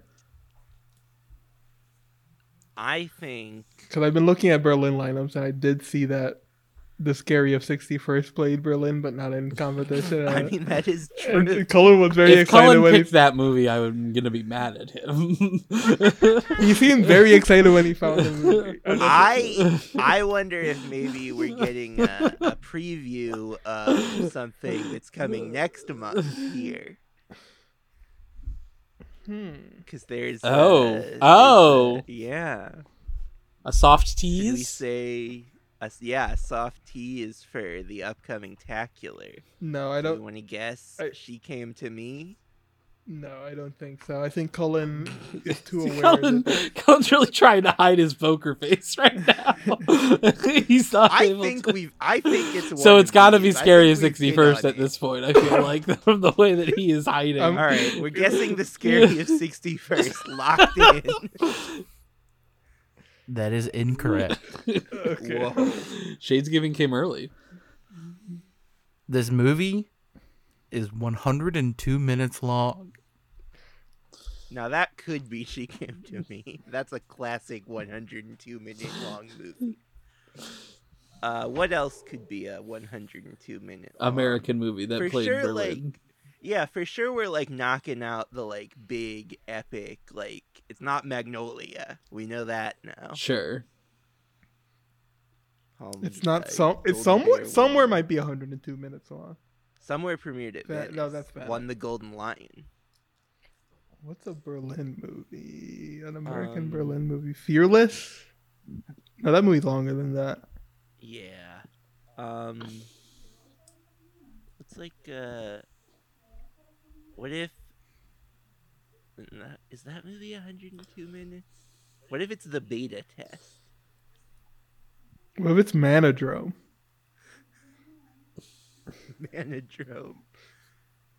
I think Because I've been looking at Berlin lineups, and I did see that the scary of 61st played Berlin, but not in competition. I mean that is and true. Colin was very if excited Cullen when he picked that movie, I'm gonna be mad at him. You seemed very excited when he found the movie. I I wonder if maybe we're getting a, a preview of something that's coming next month here Hmm. because there's Oh. uh, there's, Oh. uh, yeah a soft Should we tease. say a s yeah a soft tease for the upcoming tacular No, I Do you don't. want to guess I- she came to me No, I don't think so. I think Colin is too aware. Cullen, that- Cullen's really trying to hide his poker face right now. He's not I able think to. we've I think it's so one it's got to of be these. I scary think as we've hit 61st on at it. this point. I feel like from the way that he is hiding. Um, all right we're guessing the scary of 61st locked in That is incorrect. okay. Whoa. Shades giving came early. this movie is 102 minutes long. Now that could be She Came to Me. That's a classic 102 minute long movie. Uh, what else could be a 102 minute long? American movie that For played sure, Berlin. like yeah, for sure we're like knocking out the like big epic like it's not Magnolia. We know that now. Sure. Home, It's not uh, so. It's Golden somewhere. Bear Somewhere won. might be 102 minutes long. somewhere premiered at That- Venice. no, that's Venice. won the Golden Lion. What's a Berlin movie? An American Um, Berlin movie? Fearless? No, that movie's longer than that. Yeah. Um. It's like uh. What if? Is that movie 102 minutes? What if it's the beta test? What if it's Manodrome? Manodrome.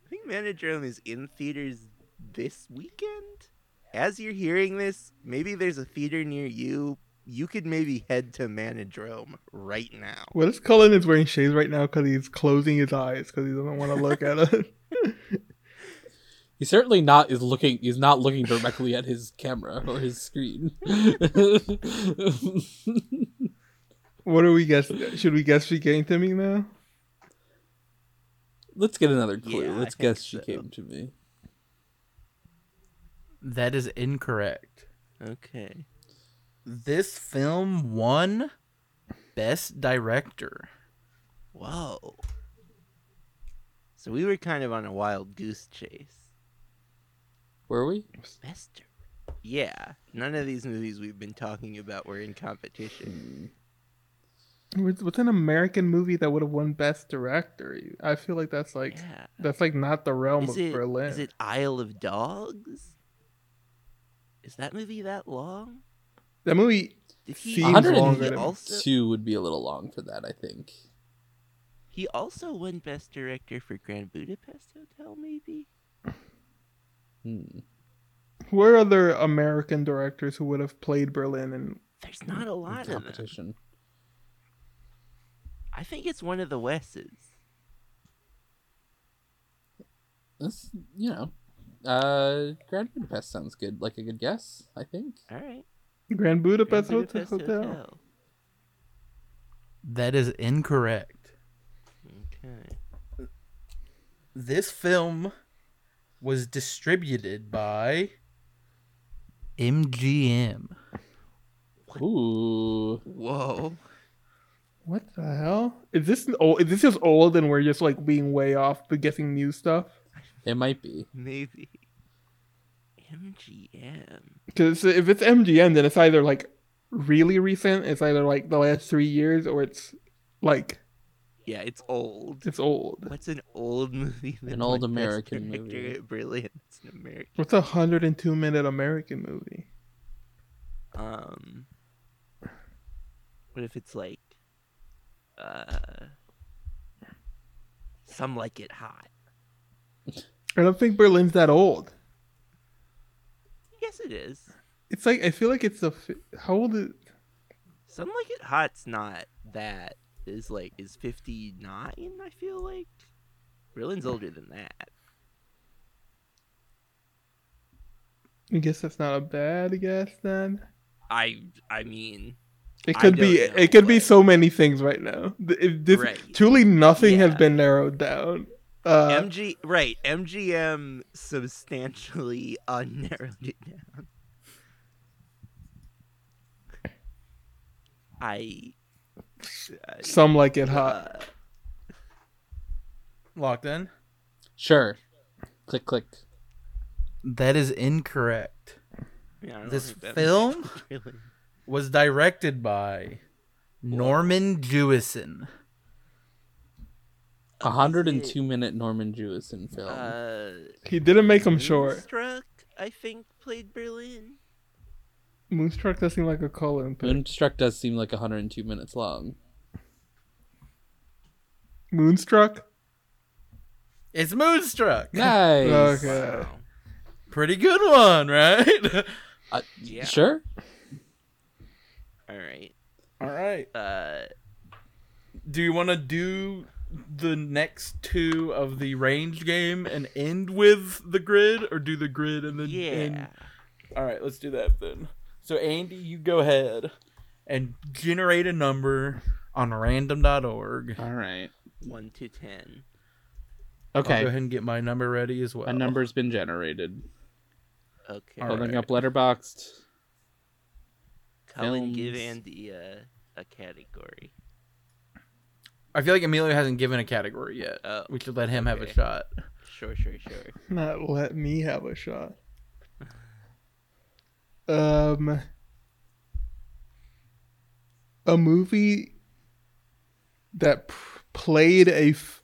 I think Manodrome is in theaters this weekend. As you're hearing this, maybe there's a theater near you. You could maybe head to Manodrome right now. What if Cullen is wearing shades right now because he's closing his eyes because he doesn't want to look at us? He certainly not is looking is not looking directly at his camera or his screen. What do we guess? Should we guess she came to me now? Let's get another clue. Yeah, I Let's think guess she so. came to me. That is incorrect. Okay. This film won Best Director. Whoa. So we were kind of on a wild goose chase. Were we? Best dir- Yeah. None of these movies we've been talking about were in competition. What's what's an American movie that would have won Best Director? I feel like that's like Yeah. that's like not the realm Is of it, Hmm. Berlin. is it Isle of Dogs? Is that movie that long? that movie? Did he, Seems did he longer than- also Two would be a little long for that, I think. he also won best director for Grand Budapest Hotel maybe? Hmm. Who are other American directors who would have played Berlin? And There's not a lot of them. Competition. I think it's one of the Wesses. That's you know. Uh Grand Budapest sounds good. Like a good guess, I think. All right. Grand Grand Budapest, Budapest Hotel. Hotel. Hotel. That is incorrect. Okay. This film was distributed by MGM. Ooh. Whoa. What the hell? Is this old? Is this just old and we're just like being way off, but guessing new stuff? It might be. Maybe. MGM. Because if it's MGM, then it's either like really recent, it's either like the last three years, or it's like Yeah, it's old. it's old. What's an old movie? that An old won Best American Director movie. at Brilliant. It's an American. What's a hundred and two minute American movie? Um, what if it's like, uh, some like it hot? I don't think Berlin's that old. Yes, it is. It's like I feel like it's a fi- how old is Some like it hot's not that. Is like is fifty nine. I feel like Brilliant's older than that. I guess that's not a bad guess then. I I mean, It I could don't be know, it could be but- so many things right now. Th- If this Right. truly nothing has Yeah. been narrowed down. Uh, MG right MGM substantially unnarrowed it down. I some like it hot. uh, Locked in? Sure. Click click. That is incorrect. yeah, I don't This think that- film really was directed by Norman Jewison. A hundred and two minute Norman Jewison film. uh He didn't make them short. Moonstruck I think played Berlin. Moonstruck does seem like a colon pick. Moonstruck does seem like 102 minutes long. Moonstruck. It's Moonstruck. Nice. Uh, Oh, Okay. Pretty good one, right? Uh, Yeah. Sure. All right. All right. Uh Do you want to do the next two of the range game and end with the grid, or do the grid and then Yeah. end? All right, let's do that then. So Andy, you go ahead and generate a number on random.org. All right. One to ten. I'll go Okay. ahead and get my number ready as well. A number's been generated. Okay. All Holding right. up letterboxed. Colin, give films. Andy a, a category. I feel like Emilio hasn't given a category yet. Oh, we should let him have a okay. shot. Sure, sure, sure. Not let me have a shot. Um, a movie that p- played a f-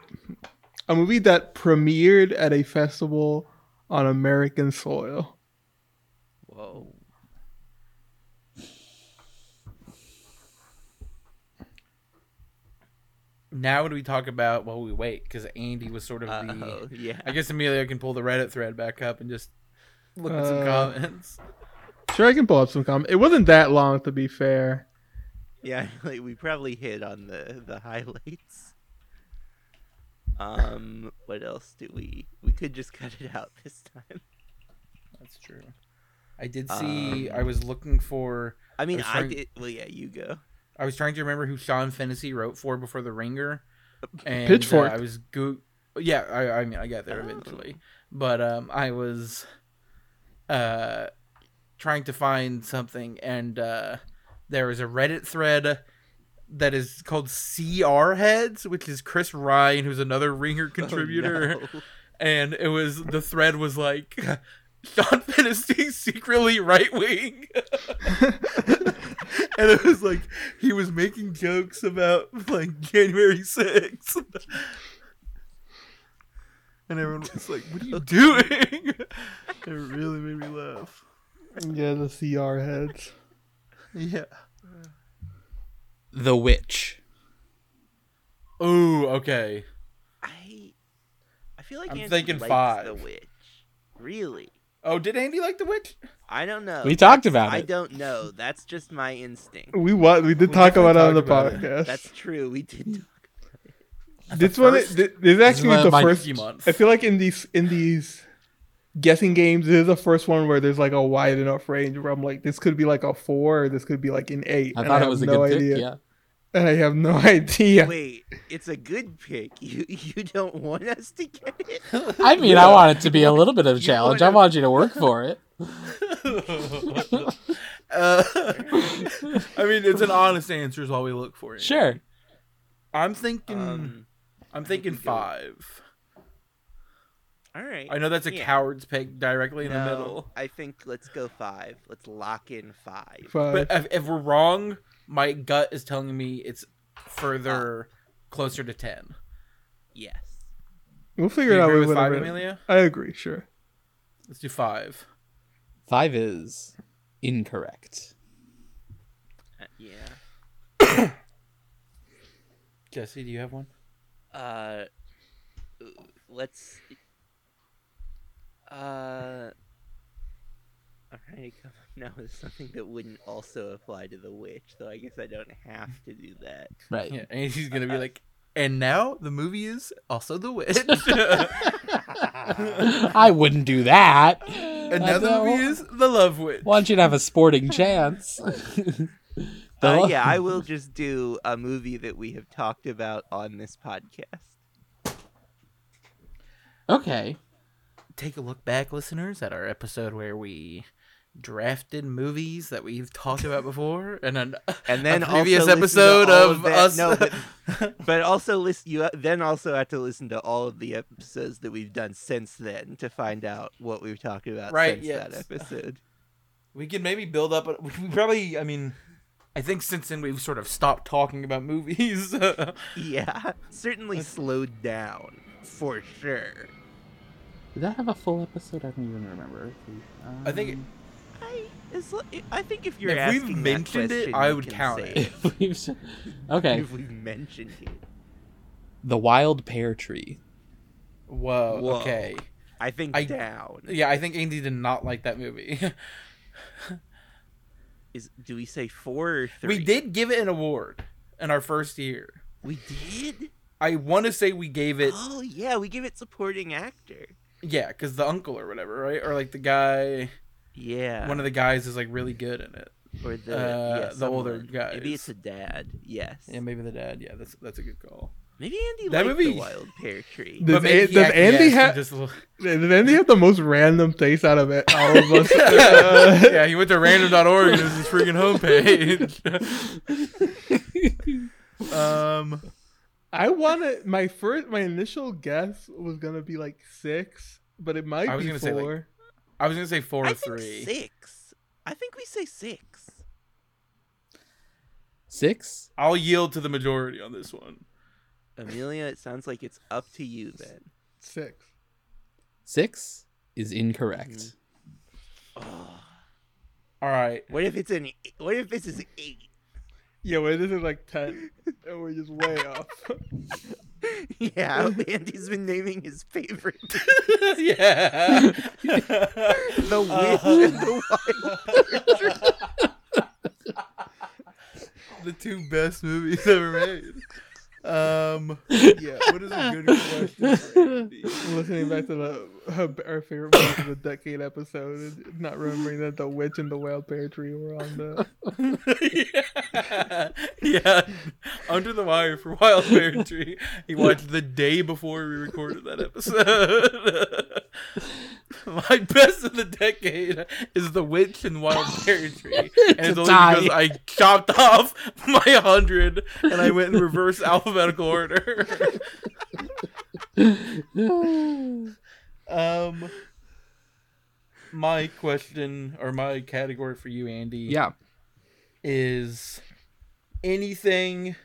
a movie that premiered at a festival on American soil. Whoa. Now, what do we talk about while we wait? Because Andy was sort of the. Oh, yeah. I guess Emilio can pull the Reddit thread back up and just look at some Uh, comments. Sure, I can pull up some comments. It wasn't that long, to be fair. Yeah, like we probably hit on the the highlights. Um, what else do we? We could just cut it out this time. That's true. I did see. I was looking for. I mean, I'm I sorry. did. Well, yeah, you go. I was trying to remember who Sean Fennessy wrote for before The Ringer. And, uh, Pitchfork. I was go. Yeah, I, I mean, I got there Oh. eventually, but um, I was uh trying to find something, and uh, there is a Reddit thread that is called CR Heads, which is Chris Ryan, who's another Ringer contributor. Oh, no. and it was the thread was like Sean Fantasy secretly right wing, and it was like he was making jokes about like January 6th. and everyone was like, "What are you doing?" it really made me laugh. Yeah, the CR heads. Yeah. The Witch. Oh, okay. I, I feel like I'm Andy thinking likes The five. witch. Really? Oh, did Andy like the witch? I don't know. We talked about I it. don't know. That's just my instinct. We what we did We talk definitely about it on the talked about podcast. That's true. We did. this one, first- thi- this is actually one of the my first. key months. I feel like in these in these guessing games, this is the first one where there's like a wide enough range where I'm like, this could be like a four, or this could be like an eight. I and thought it have was a no good idea, pick. Yeah. and I have no idea. Wait, it's a good pick. You you don't want us to get it? I mean, I want it to be a little bit of a You challenge. I wanna- want you to work for it. Uh, I mean, it's an honest answer is all we look for. Sure. I'm thinking. Um, I'm think thinking we go- five. all right. I know that's a Yeah. coward's peg directly in the middle. I think let's go five. Let's lock in five. Five. But uh, if, if we're wrong, my gut is telling me it's further, closer to ten. Yes. we'll Do figure you it out. agree with with five, whatever- Amelia? I agree. Sure. Let's do five. Five is incorrect. Uh, yeah. Jesse, do you have one? Uh, let's. Uh. I'm trying to come up now with something that wouldn't also apply to the witch, though I guess I don't have to do that. Right. Yeah, and he's gonna be like, and now the movie is also the witch. I wouldn't do that. and now the movie is the love witch. want you to have a sporting chance. Uh, Oh. The- yeah, I will just do a movie that we have talked about on this podcast. Okay. Take a look back, listeners, at our episode where we drafted movies that we've talked about before, and an, and then a previous also listen to episode all of, that- us. No, but, but also listen. You uh, then also have to listen to all of the episodes that we've done since then to find out what we've talked about Right, since that yes. episode. We can maybe build up. A, we probably, I mean, I think since then we've sort of stopped talking about movies. yeah, certainly slowed down for sure. Did that have a full episode? I don't even remember. Um, I think I, it's, li- I think if you're If we've asking that mentioned it, question, I you would can count say it. We've- okay. If we've mentioned it, The Wild Pear Tree. Whoa, Whoa. Okay. I think I- down Yeah, I think Andy did not like that movie. is. Do we say four or three? we did give it an award in our first year. We did. I want to say we gave it oh yeah, we give it supporting actor. yeah, because the uncle or whatever, right? Or like the guy, Yeah, one of the guys is like really good in it. or the uh, yeah, the older someone. Maybe it's guys. a dad. Yes. Yeah, maybe the dad. Yeah, that's that's a good call. Maybe Andy That liked movie- the wild pear tree. Does But maybe An- he does acquiesced Andy and have- just a little- Did Andy have the most random taste out of it? All of us. Uh, yeah, he went to random.org and it was his freaking homepage. um, I wanted my first, my initial guess was gonna be like six, but it might I was be gonna say, like, four. I was gonna say four I or think three. six. I think we say six. Six? I'll yield to the majority on this one. Amelia, it sounds like it's up to you then. six. Six is incorrect. All right, Oh, What if it's an? e- What if this is eight? Yeah, well, this is like ten, and we're just way off. Yeah, Andy's been naming his favorite: yeah. the witch and Uh-huh. the wild. the two best movies ever made. Um, yeah, what is a good question for Andy? Listening back to the her, our favorite part of the decade episode, and not remembering that the witch and the wild pear tree were on the. yeah. yeah, under the wire for Wild Bear Tree. He watched the day before we recorded that episode. My best of the decade is The Witch and Wild Bear Tree. And it's a only tie. because I chopped off my 100 and I went in reverse alphabetical order. Mm-hmm. um, my question or my category for you, Andy yeah. is anything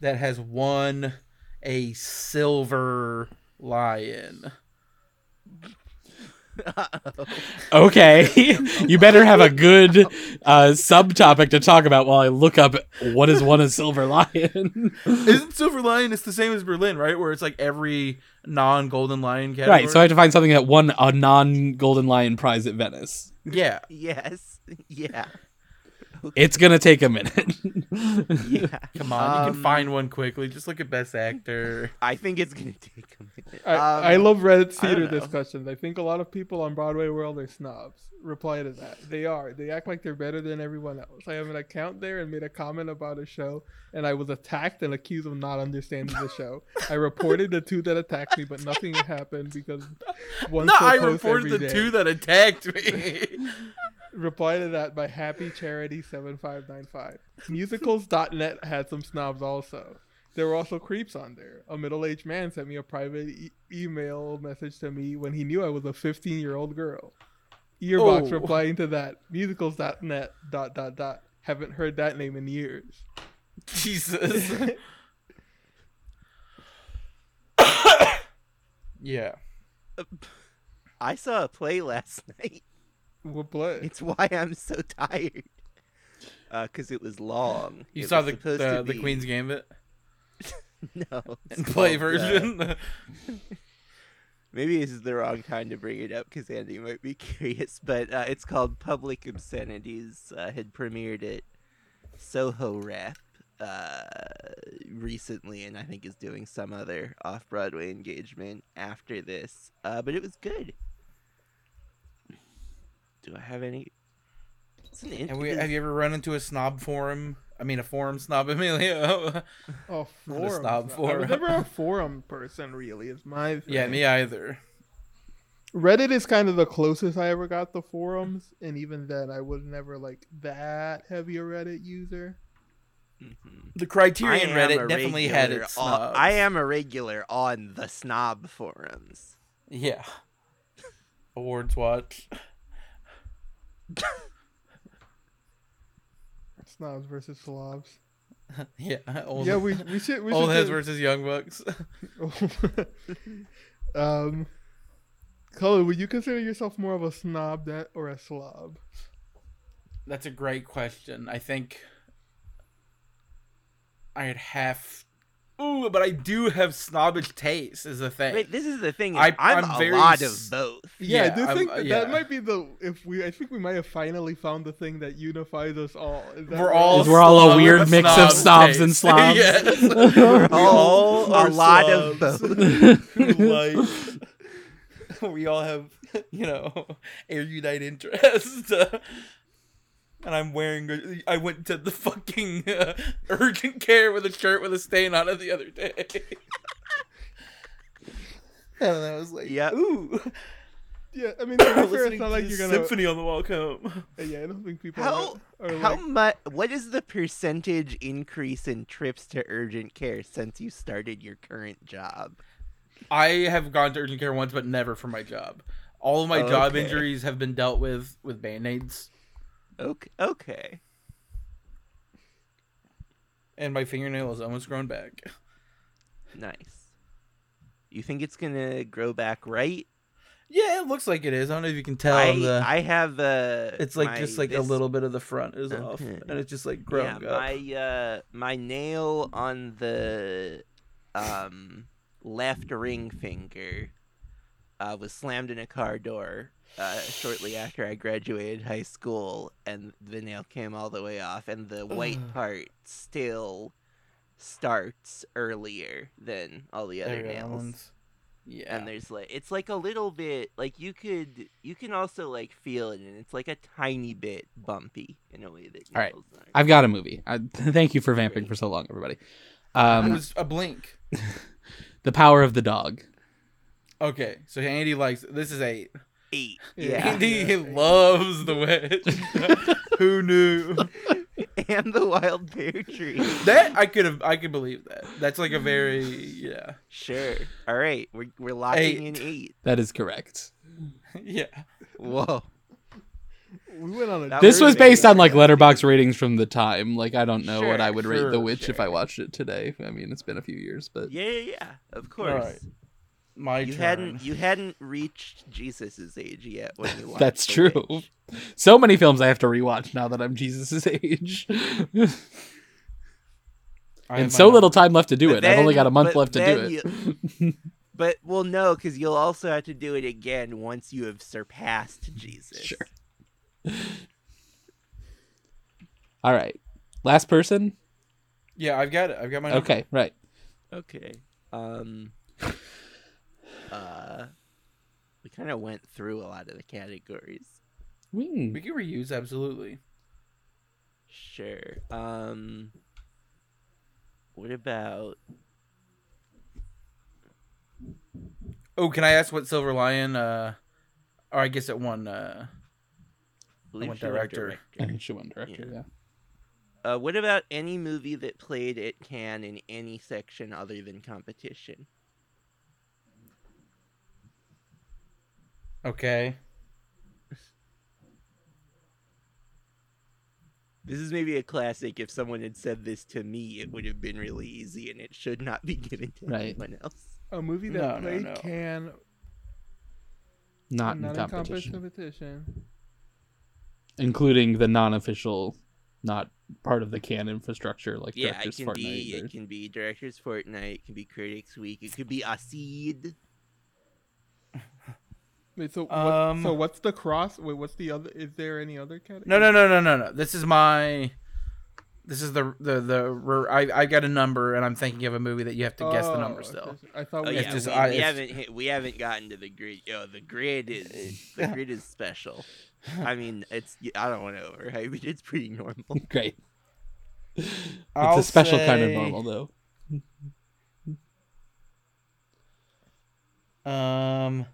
that has won a silver lion. Okay. you better have a good uh, subtopic to talk about while I look up what is one a silver lion. Isn't silver lion? It's the same as Berlin, right? Where it's like every non-golden lion category. right. So I have to find something that won a non Golden Lion prize at Venice. yeah, Yes. Yeah. It's going to take a minute. Yeah. come on, you can Um, find one quickly. Just look at best actor. I think it's gonna take a minute. I, Um, I love Reddit I don't theater know. discussions. I think a lot of people on Broadway World are snobs. Reply to that. They are. They act like they're better than everyone else. I have an account there and made a comment about a show, and I was attacked and accused of not understanding the show. I reported the two that attacked me, but nothing happened because one. No, show I posts reported the every day. two that attacked me. Reply to that by Happy Charity 7595. Musicals.net had some snobs also. There were also creeps on there. A middle aged man sent me a private e- email message to me when he knew I was a 15 year old girl. Earbox Oh. replying to that. Musicals.net dot dot dot. Haven't heard that name in years. Jesus. yeah. I saw a play last night. What play? It's why I'm so tired. Uh, cause it was long. You It saw was the supposed the, to the be- Queen's Gambit no it's and play called, uh, version. Maybe this is the wrong time to bring it up because Andy might be curious, but uh, it's called Public Obscenities. Uh, had premiered at Soho Rap uh, recently, and I think is doing some other off Broadway engagement after this. Uh, but it was good. Do I have any? It's an Have, we, interesting. have you ever run into a snob forum? I mean, a forum snob, Emilio. Oh, Not a forum. snob I was forum. never a forum person, really, is my thing. yeah, me either. Reddit is kind of the closest I ever got to forums, and even then, I was never like that heavy a Reddit user. The I Criterion am a Reddit definitely had regular its on- snobs. I am a regular on the snob forums. Yeah. Awards watch. Snobs versus slobs. Yeah. Old, yeah, we we should we old heads should. versus young bucks. do- um, Colin, would you consider yourself more of a snob than or a slob? That's a great question. I think I'd have. Ooh, but I do have snobbish taste. Is the thing. Wait, this is the thing. I- I, I'm, I'm a very lot of s- both. Yeah, I do I'm- think uh, that, yeah. that might be the if we I think we might have finally found the thing that unifies us all. Is that We're all Is we're all a slob- weird mix of snob snobs and taste. slobs. Yes. We're all, all a lot of slubs. both. life. we all have, you know, erudite interests. uh, and I'm wearing. A, I went to the fucking uh, urgent care with a shirt with a stain on it the other day. and I was like, Yep. ooh, Yeah, I mean, to be fair, it's listening not to like the you're gonna. symphony on the wall come. Yeah, I don't think people How are, are how like. much? What is the percentage increase in trips to urgent care since you started your current job? I have gone to urgent care once, but never for my job. All of my job Okay. injuries have been dealt with with band aids, Okay, okay. and my fingernail is almost grown back. nice. You think it's gonna grow back right? Yeah, it looks like it is. I don't know if you can tell. I the, I have uh it's like my- just like a this- little bit of the front is off, Okay. and it's just like yeah growing up. my uh my nail on the um left ring finger uh was slammed in a car door uh shortly after I graduated high school and the nail came all the way off and the white Ugh. part still starts earlier than all the other There you go, nails ones. Yeah, and there's like it's like a little bit like you could you can also like feel it and it's like a tiny bit bumpy in a way that All right. nails aren't. I've got a movie. I, thank you for vamping for so long, everybody. it Um, was a blink. the Power of the Dog. Okay, so Andy likes this is eight. eight Yeah. yeah Andy he loves the witch. Who knew? and the wild pear tree That I could have. I could believe that. That's like a very yeah sure all right we're, we're locking in Eight. eight That is correct. yeah. whoa We went on a. That This Where was they based were. on like letterbox ratings from the time. Like I don't know what Sure, I would rate sure, The Witch if sure. I watched it today. I mean, it's been a few years, but yeah yeah, yeah of course right, My you turn. hadn't you hadn't reached jesus's age yet when you watched that's The true. Witch. So many films I have to rewatch now that I'm Jesus's age, I have and my so number. little time left to do But it. I've only then- got a month but left to then do it. you- but well, no, because you'll also have to do it again once you have surpassed Jesus. Sure. All right, last person. Yeah, I've got it. I've got my. number. Okay, right. Okay. Um. Uh. We kind of went through a lot of the categories. Hmm. We can reuse absolutely. Sure. Um. What about? Oh, can I ask what Silver Lion? Uh, or I guess it won. Uh, I believe want she went director. I think she won director. Yeah. Uh, what about any movie that played at Cannes in any section other than competition? okay. This is maybe a classic. If someone had said this to me, it would have been really easy, and it should not be given to Right. anyone else. a movie No, that no, played no. can not Not, in in competition, competition. including the non-official, not part of the can infrastructure like Yeah, it directors can Fortnite be. or- It can be Directors Fortnite. It can be Critics Week. It could be Acid. Wait, so, what, Um, so what's the cross? Wait, what's the other? Is there any other category? No, no, no, no, no, no. This is my. This is the the the. I I got a number, and I'm thinking of a movie that you have to guess the number Oh, still. okay. I thought Oh we yeah, just- we, I- we it's- haven't hit, we haven't gotten to the grid. Yo, the grid is the grid is special. I mean, it's I don't want to overhype it. It's pretty normal. Great. I'll it's a special kind of say- normal, though. Um,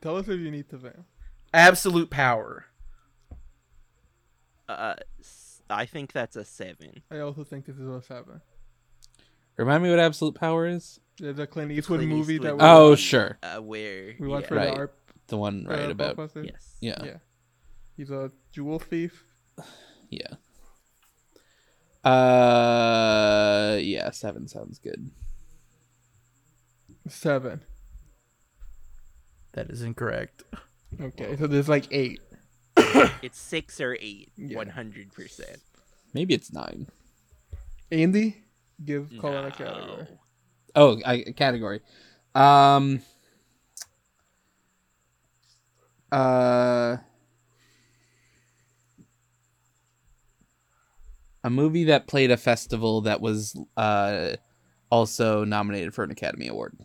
Tell us if you need to vamp. absolute power. Uh, s- I think that's a seven. I also think this is a seven. Remind me what absolute power is. There's a Clint Eastwood Clint movie Eastwood that we, Oh, movie, sure. Uh, where we watched yeah, for Right. the art The one right uh, about blockbuster. Yes. yeah, yeah. He's a jewel thief. yeah. Uh, yeah. Seven sounds good. Seven. That is incorrect. Okay, so there's like eight. It's six or eight. Yeah. One hundred percent. Maybe it's nine. Andy, give Colin a category. Oh, I, category. Um. Uh. A movie that played a festival that was uh, also nominated for an Academy Award.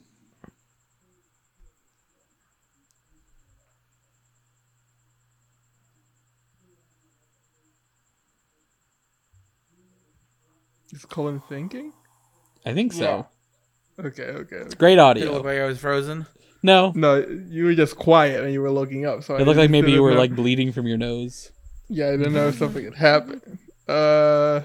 Is Cullen thinking? I think so. Yeah. Okay, okay. okay. Great Did it look audio. like I was frozen? No, No, you were just quiet and you were looking up. So I it looked like just maybe you didn't were know- like bleeding from your nose. Yeah, I didn't know if something had happened. Uh,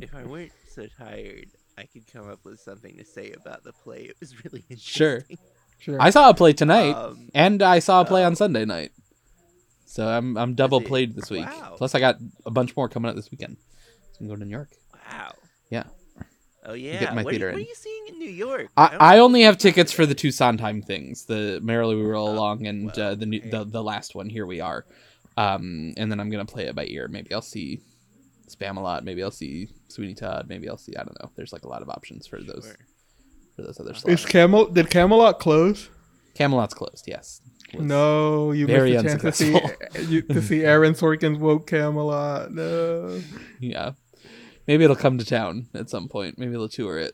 If I weren't so tired, I could come up with something to say about the play. It was really Sure. interesting. sure. I saw a play tonight, Um, and I saw a play on Sunday night. So I'm I'm double it? played this week. Wow. Plus I got a bunch more coming up this weekend. So I'm going to New York. Wow. Yeah. Oh yeah. getting my what, are you- theater what are in. you seeing in New York? don't I, I think only have I've tickets for been the two Sondheim things, the Merrily We Roll Oh, Along and well, uh, the, new, the okay. the last one. Here we are, um, and then I'm gonna play it by ear. Maybe I'll see Spam a lot. Maybe I'll see Sweeney Todd. Maybe I'll see I don't know. There's like a lot of options for there. those Sure. for those other Is slots. Camel did Camelot close? Camelot's closed. Yes. Was- No, you very missed a chance to see unsuccessful. you, to see Aaron Sorkin's woke Camelot. No. Yeah. Maybe it'll come to town at some point. Maybe they'll tour it.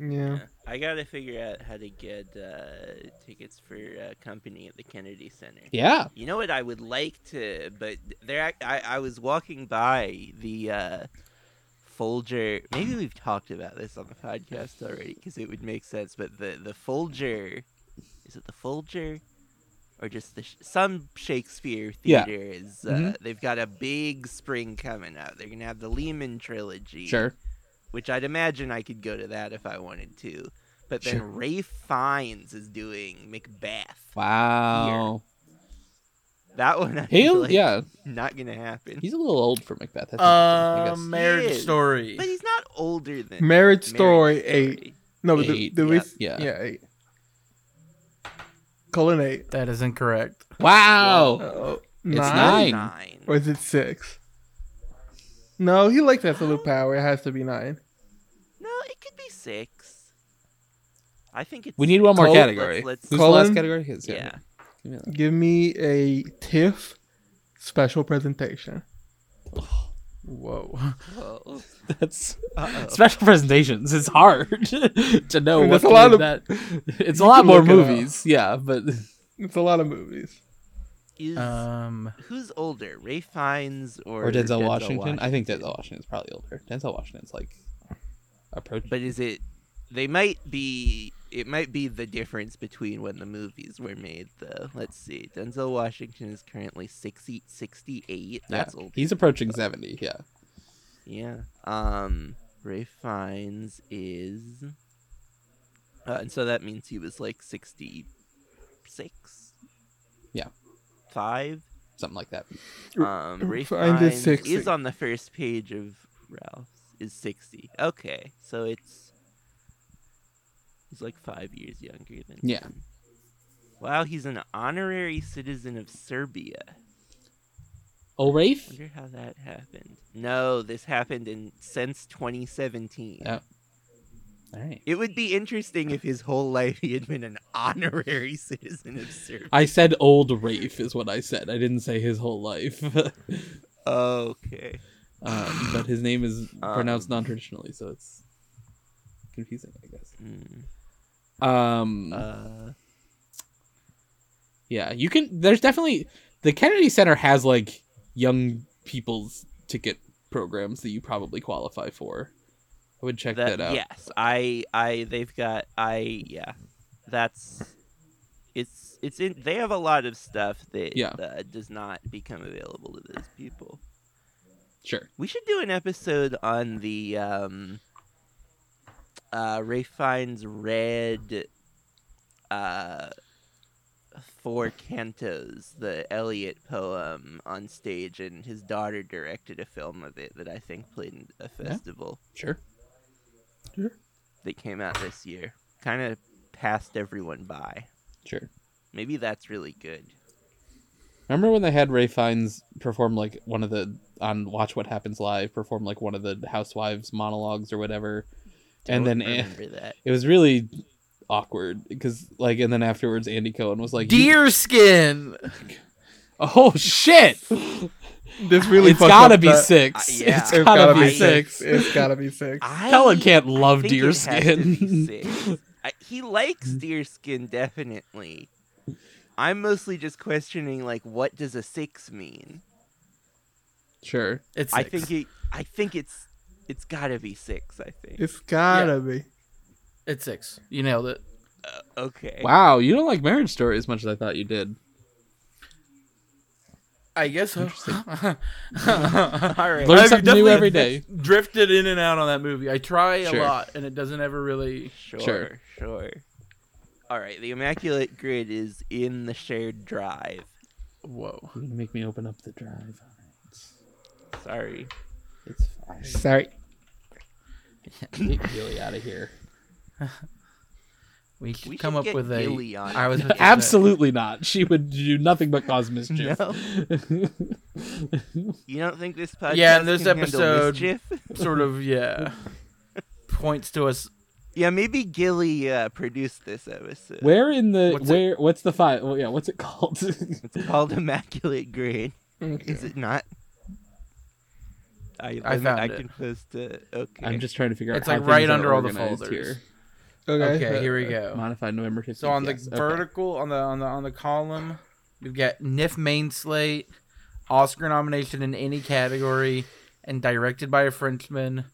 Yeah. I gotta figure out how to get uh, tickets for uh, company at the Kennedy Center. Yeah. You know what I would like to, but there ac- I, I was walking by the uh, Folger. Maybe we've talked about this on the podcast already because it would make sense. But the the Folger, is it the Folger, or just the sh- some Shakespeare Yeah. theater is? Uh, Mhm. They've got a big spring coming up. They're gonna have the Lehman trilogy Sure. which I'd imagine I could go to that if I wanted to. But then Sure. Ray Fiennes is doing Macbeth. Wow. That one, I feel Hale, like, yeah, not gonna happen. he's a little old for Macbeth. I think, I Uh, guess. marriage Yes. story. But he's not older than Marriage Story eight. No, but Eight, the, the yeah, yeah, yeah. yeah eight. Cullen eight. That is incorrect. wow. Oh, It's nine? nine. Nine. Or is it six? No, he likes absolute power. It has to be nine. No, it could be six. I think it's. We need one more six. category. Let's, Call- let's Who's the Colin? last category? His, yeah. Give me that. Give me a TIFF special presentation. Whoa. Well, That's uh-oh. special presentations. It's hard to know There's what's a a lot of- lot that. It's a You lot can more look it up. movies. Yeah, but It's a lot of movies. Is, Um, who's older, Ray Fiennes or, Uh, or Denzel, Washington. I think Denzel Washington's probably older. Denzel Washington's like approaching. But is it? They might be. It might be the difference between when the movies were made, though. Let's see. Denzel Washington is currently 60, 68. Yeah, That's old. he's approaching seventy. Yeah, Yeah. Um. Ray Fiennes is. Uh, and so that means he was like sixty-six. Yeah. Five. something like that. R- Um. Ray Fiennes is Fiennes 60. is on the first page of Ralph's. Is sixty. Okay. So it's. He's like five years younger than. Yeah. him. Wow, he's an honorary citizen of Serbia. Oh, Rafe. Wonder how that happened. No, this happened in since 2017. Oh. All right. It would be interesting if his whole life he had been an honorary citizen of Serbia. I said old Rafe is what I said. I didn't say his whole life. Okay. um, but his name is pronounced Um. non-traditionally, so it's confusing, I guess. Mm, Um, uh, yeah, you can. There's definitely the Kennedy Center has like young people's ticket programs that you probably qualify for. I would check that, that- out. Yes, I, I, they've got, I, yeah, that's, it's, it's in. They have a lot of stuff that Yeah. uh, does not become available to those people. Sure. We should do an episode on the um uh Ray Fine's red uh four cantos, the Eliot poem on stage and his daughter directed a film of it that I think played in a festival Sure. that came out this year. Kinda passed everyone by. Sure. Maybe that's really good. Remember when they had Ray Fiennes perform like one of the on Watch What Happens Live perform like one of the housewives monologues or whatever, and Don't then An- remember that. it was really awkward because like and then afterwards Andy Cohen was like, deer skin. "Oh shit!" This really it's fucks gotta up be the- six. Uh, yeah. It's It's gotta, be six. It's gotta be six. I, Helen can't love think it deer has to be skin. six. I- he likes deer skin definitely. I'm mostly just questioning like what does a six mean? Sure. It's I six. think it I think it's it's gotta be six, I think. It's gotta be. it's six. You nailed it. okay. wow, you don't like marriage story as much as I thought you did. I guess so. All right. Learn I've something new definitely every day. Drifted in and out on that movie. I try Sure. a lot, and it doesn't ever really. Sure, Sure. sure. All right, the Immaculate Grid is in the shared drive. Whoa. Make me open up the drive. Sorry. It's fine. Sorry. Get Gilly out of here. We should We come should up get with a. Gilly on I was about to say- Absolutely not. She would do nothing but cause mischief. No. You don't think this podcast Yeah, and this can handle episode- mischief? sort of yeah. Points to us. Yeah, maybe Gilly uh, produced this episode. Where in the What's it- where? What's the file? Well, yeah, what's it called? It's called Immaculate Grid. Is it not? I, I let me- found I it. can post it. Okay. I'm just trying to figure out. It's how like things right are under all the organized folders. Here. Okay. Okay, uh, here we go. Modified November 15th. So on the yes, okay. vertical, on the on the on the column, you've got Niff main slate, Oscar nomination in any category, and directed by a Frenchman,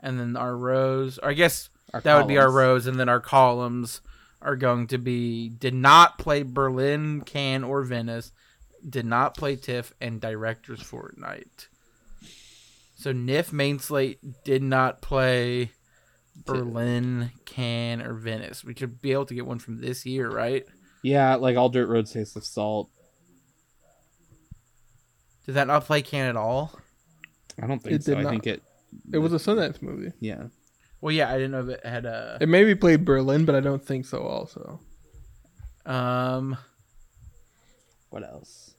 and then our rows. Or I guess Our that would be our columns. rows, and then our columns are going to be did not play Berlin, Cannes, or Venice, did not play TIFF, and directors Fortnite. So Niff main slate did not play Berlin, Cannes, or Venice. We should be able to get one from this year, right? Yeah, like all dirt roads taste of salt. Did that not play Cannes at all? I don't think It so. did I not. think it. It was a Sundance movie. Yeah. Well, yeah, I didn't know if it had a. It maybe played Berlin, but I don't think so. Also, Um, What else?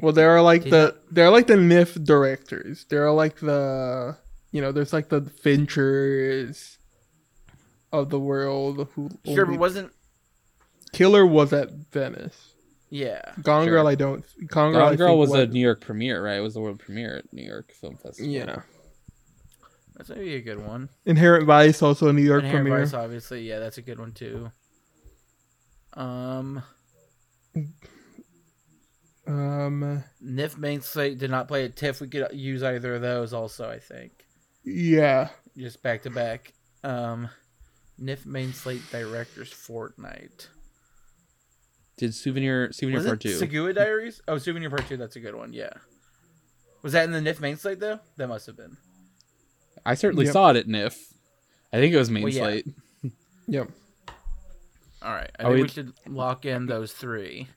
well, there are like Did the there are like the NIF directors. There are like the you know, there's like the Finchers of the world. Who sure, but only- wasn't. Killer was at Venice. Yeah. Gone Sure. Girl, I don't. Gone Girl, I Gone Girl think was a went- New York premiere, right? It was the world premiere at New York Film Festival. yeah. That's maybe a good one. Inherent Vice also a New York And Hair premiere. Vice, obviously. Yeah, that's a good one, too. Um, uh, Um, Nif main slate did not play at TIFF. We could use either of those also, I think. yeah. Just back to back. Um, Nif main slate directors Fortnite. Did Souvenir Souvenir Was Part it Two? Segura Diaries? Oh, Souvenir Part 2. That's a good one. Yeah. Was that in the Nif main slate, though? That must have been. I certainly Yep. saw it at NIF. I think it was main Well, yeah. slate. Yep. All right. I Oh, Are think we- we should lock in those three.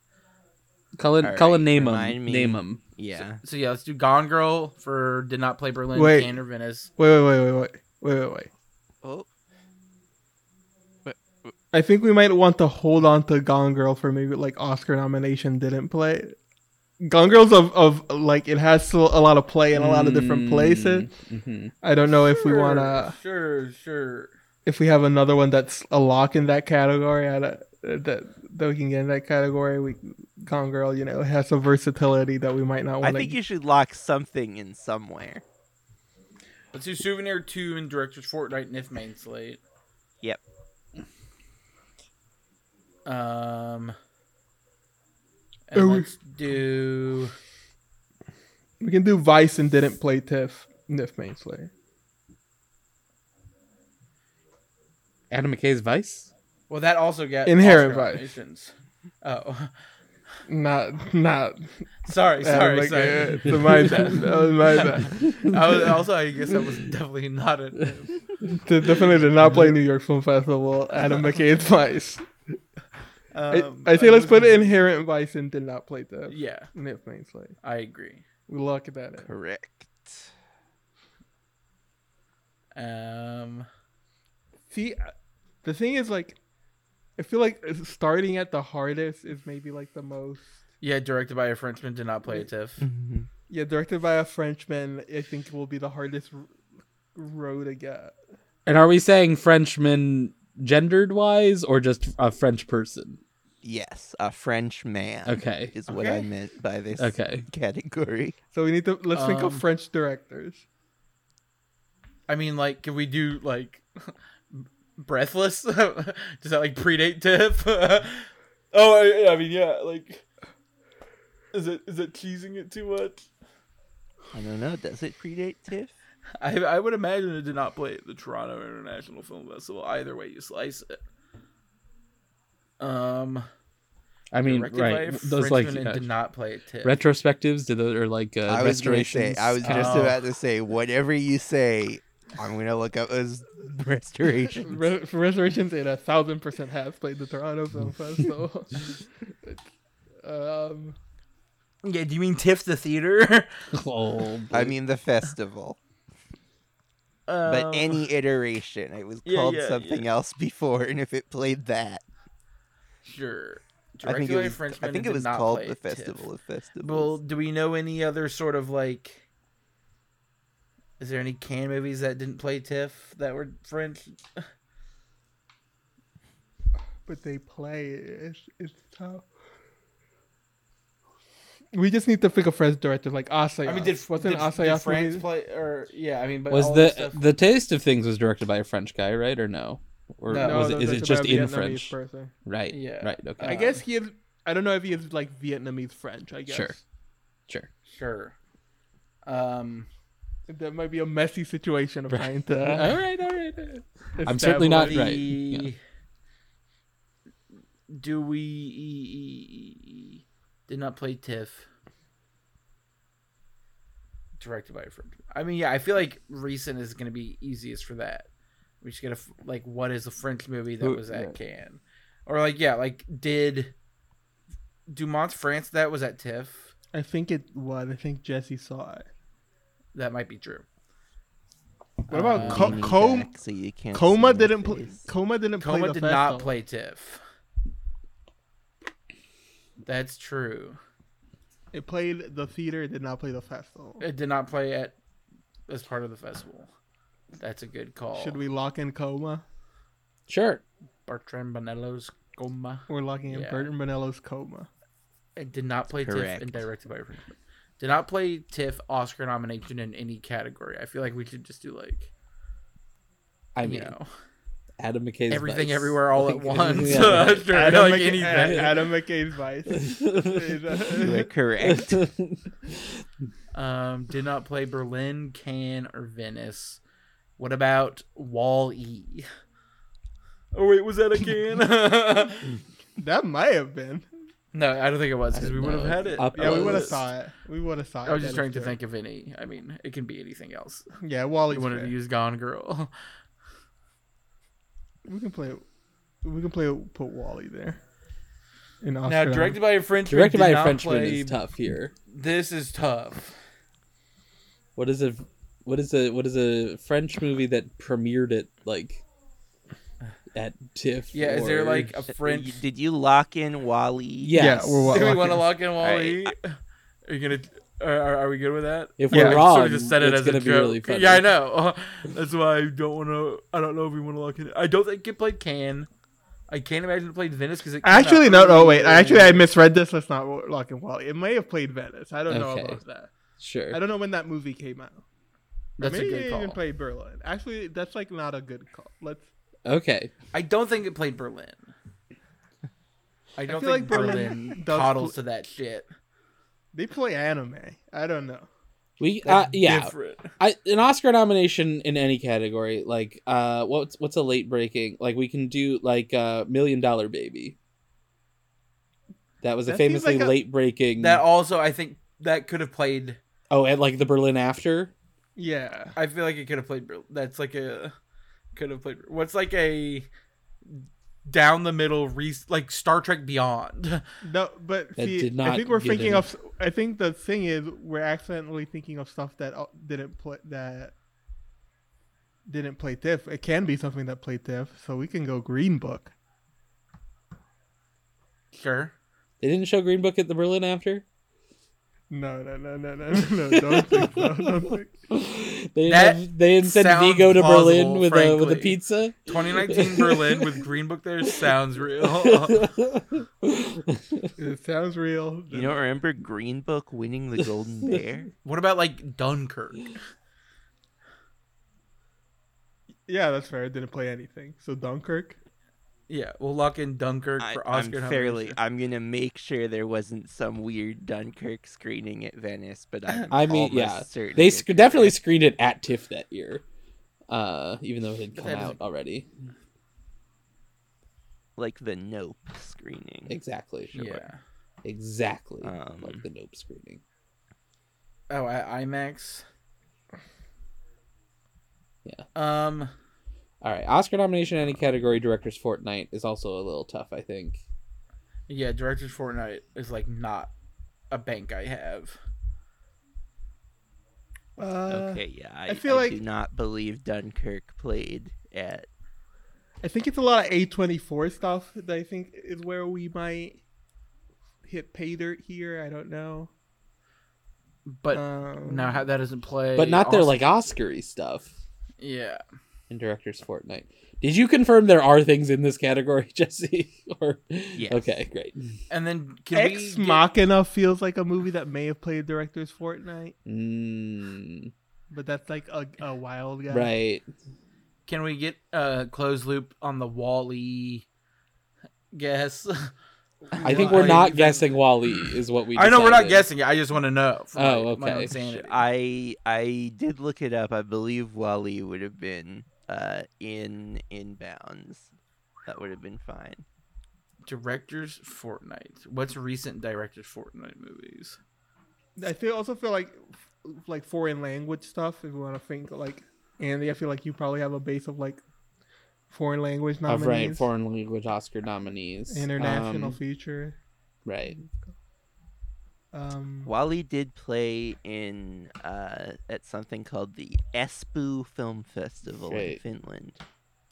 Cullen All right, Cullen name 'em. remind me. Name 'em. yeah. So yeah, let's do Gone Girl for did not play Berlin, Wait. Cannes, or Venice. Wait, wait, wait, wait, wait, wait, wait, wait. Oh, I think we might want to hold on to Gone Girl for maybe like Oscar nomination didn't play. Gone Girl's of, of like it has still a lot of play in a lot of Mm. Mm-hmm. different places. Mhm. I don't know if we want to Sure, sure. if we have another one that's a lock in that category. I don't, that that we can get in that category. We Gone Girl, you know, it has some versatility that we might not I want think to. you should lock something in somewhere. Let's do Souvenir Two and Directors Fortnite Niff main slate. Yep. Um. Are And Oh, we- let's do. We can do Vice and didn't play Tiff Niff Mainsley. Adam McKay's Vice. Well, that also got Inherent Oscar Vice. nominations. Oh, Not not sorry, sorry, Adam McKay. sorry. It's my bad. That was my bad. I was, also, I guess that was definitely not it. They definitely did not play New York Film Festival. Adam McKay's Vice. Um, I, I say let's put Inherent Vice and did not play the Yeah, Niff Mainsley. I agree. We lock that in. Correct. Um. See, uh, the thing is, like, I feel like starting at the hardest is maybe like the most. Yeah, directed by a Frenchman, did not play a TIFF. Yeah, directed by a Frenchman, I think will be the hardest r- road to get. And are we saying Frenchman gendered wise or just a French person? Yes, a French man. Okay. Is what I Okay. meant by this Okay. category. So we need to let's think of Um, French directors. I mean, like, can we do like Breathless? Does that like predate Tiff? oh, I, I mean, yeah, like, is it is it teasing it too much? I don't know. Does it predate TIFF? I I would imagine it did not play at the Toronto International Film Festival. Either way you slice it. Um, I mean, directed right? by a Those like Frenchman and uh, did not play at TIFF. retrospectives, did those or like uh, I was gonna say. restorations? I was just Oh. about to say. Whatever you say, I'm gonna look up as restoration. Re- Reservations in a thousand percent have played the Toronto Film Festival. um, yeah, do you mean TIFF the theater? Oh, I mean the festival, but Um, any iteration. It was yeah, called yeah, something else before, and if it played that, sure. I Directed think by it a was. Frenchman I and think it did was not called play the at TIFF. festival of Well, festivals. do we know any other sort of like? Is there any can movies that didn't play TIFF that were French? but they play it. It's, it's tough. We just need to think of French directors like Asayas. I mean, did wasn't did, did Asayas France made- play? Or yeah, I mean, but was all the that stuff- the Taste of Things was directed by a French guy, right? Or no? Or No. No, was that it, was is it directed just by a in Vietnamese French? person. Right. Yeah. Right. Okay. I guess he is. I don't know if he is like Vietnamese French. I guess Sure. sure. sure? Um, that might be a messy situation of trying to. all right. All right. I'm certainly not- the establish- right, yeah. do we e- e- e- e- did not play TIFF? Directed by a friend. I mean, yeah, I feel like recent is going to be easiest for that. We just gotta f- like, what is a French movie that Who- was at right. Cannes, or like, yeah, like did Dumont's France that was at TIFF? I think it was. I think Jesse saw it. That might be true. What Uh, about Um, Co- Leaning Com- back so you can't Coma see my didn't play. face. Coma didn't play. Coma the did festival. not play TIFF. That's true. It played the theater. It did not play the festival. It did not play at as part of the festival. That's a good call. Should we lock in Coma? Sure. Bertrand Bonello's Coma? We're locking in Yeah. Burton Bonello's Coma. It did not play TIFF Correct. and directed by Rick. Did not play TIFF Oscar nomination in any category. I feel like we should just do like I you mean, know Adam McKay's everything Vice. everywhere all at Like, once. yeah. Sure, Adam, like McKay- anything. Adam McKay's Vice. Is, You uh, are correct. Um, did not play Berlin, Cannes, or Venice. What about Wall E? Oh wait, was that a can? that might have been. no, I don't think it was because we would have know. had it. Up- Yeah, we Oh, would have yes. saw it. We would have saw it. I was just that trying is to true. think of any. I mean, it can be anything else. Yeah, Wally's We wanted fair. to use Gone Girl. We can play. We can play. Put Wally there. In Oscar Now, directed by a Frenchman. Directed did by a not Frenchman play- is tough here. This is tough. What is a what is a what is a French movie that premiered at like at TIFF? Yeah, is there or- like a You- French? Did you lock in Wally? Yes. Yeah, we're wa- Do we Lock want to in. lock in Wall E? All Are you gonna? Are, are- are we good with that? If Yeah, we're I I wrong, sort of just said it it's as gonna a be joke. really funny. Yeah, I know. that's why I don't want to. I don't know if we want to lock in. I don't think it played Can. I can't imagine it played Venice because it came out Actually, no, no, wait. earlier. Actually, I misread this. Let's not wa- lock in Wally. It may have played Venice. I don't know Okay. about that. I Sure. don't know when that movie came out. That's a Maybe good it call. even played Berlin. Actually, that's like not a good call. Let's. Okay. I don't think it played Berlin. I feel don't think like Berlin, Berlin does coddles pl- to that shit. They play anime. I don't know. We uh, yeah. Different. I, an Oscar nomination in any category, like uh, what's what's a late breaking? Like we can do like uh, Million Dollar Baby. That was a That seems famously like a- late breaking. That also, I think that could have played. oh, at like the Berlin after. Yeah. I feel like it could have played. Ber- That's like a could have played. What's like a down the middle, re- like Star Trek Beyond. No, but That see, did I not think we're get thinking any. of. I think the thing is, we're accidentally thinking of stuff that uh, didn't play that didn't play Tiff. It can be something that played Tiff, so we can go Green Book. Sure. They didn't show Green Book at the Berlin after. No, no, no, no, no, no, no. Don't think so. Don't think. They That have, they had sent sounds Vigo to plausible, Berlin with a with a frankly. pizza. 2019 Berlin with Green Book there sounds real. It sounds real. You don't remember Green Book winning the Golden Bear? what about like Dunkirk? Yeah, that's fair. It didn't play anything. So Dunkirk. Yeah, we'll lock in Dunkirk I, for I'm Oscar. fairly. nomination. I'm gonna make sure there wasn't some weird Dunkirk screening at Venice, but I'm I mean, almost yeah, certain they it sc- did. definitely screened it at TIFF that year, uh, even though it had come that out doesn't- already. like the Nope screening. Exactly. Yeah. Exactly. Um, like the Nope screening. Oh, at IMAX. Yeah. Um. All right, Oscar nomination in any category directors Fortnite is also a little tough. I think. Yeah, director's Fortnite is like not a bank I have. Uh, Okay, yeah. I, feel I like- do not believe Dunkirk played at. I think it's a lot of A24 stuff that I think is where we might hit pay dirt here. I don't know. But um, now how that doesn't play. but not their Oscar- like Oscary stuff Yeah. in directors Fortnite. Did you confirm there are things in this category, Jesse? or Yes. okay, great. And then can we Ex get- Machina feels like a movie that may have played director's Fortnite, Mm, but that's like a, a wild guy. Right. can we get a closed loop on the Wally guess? I think we're Why not even- guessing Wally is what we. I know we're not decided. guessing it. I just want to know. for Oh, my- my okay. own sanity. I I did look it up. I believe Wally would have been uh in inbounds. That would have been fine. directors Fortnite. What's recent directors Fortnite movies? I feel also feel like like foreign language stuff. If you want to think like Andy, I feel like you probably have a base of like foreign language Of nominees, right, foreign language Oscar nominees, international Um, feature. right. Um, Wally did play in uh at something called the Espoo Film Festival in Right. Finland.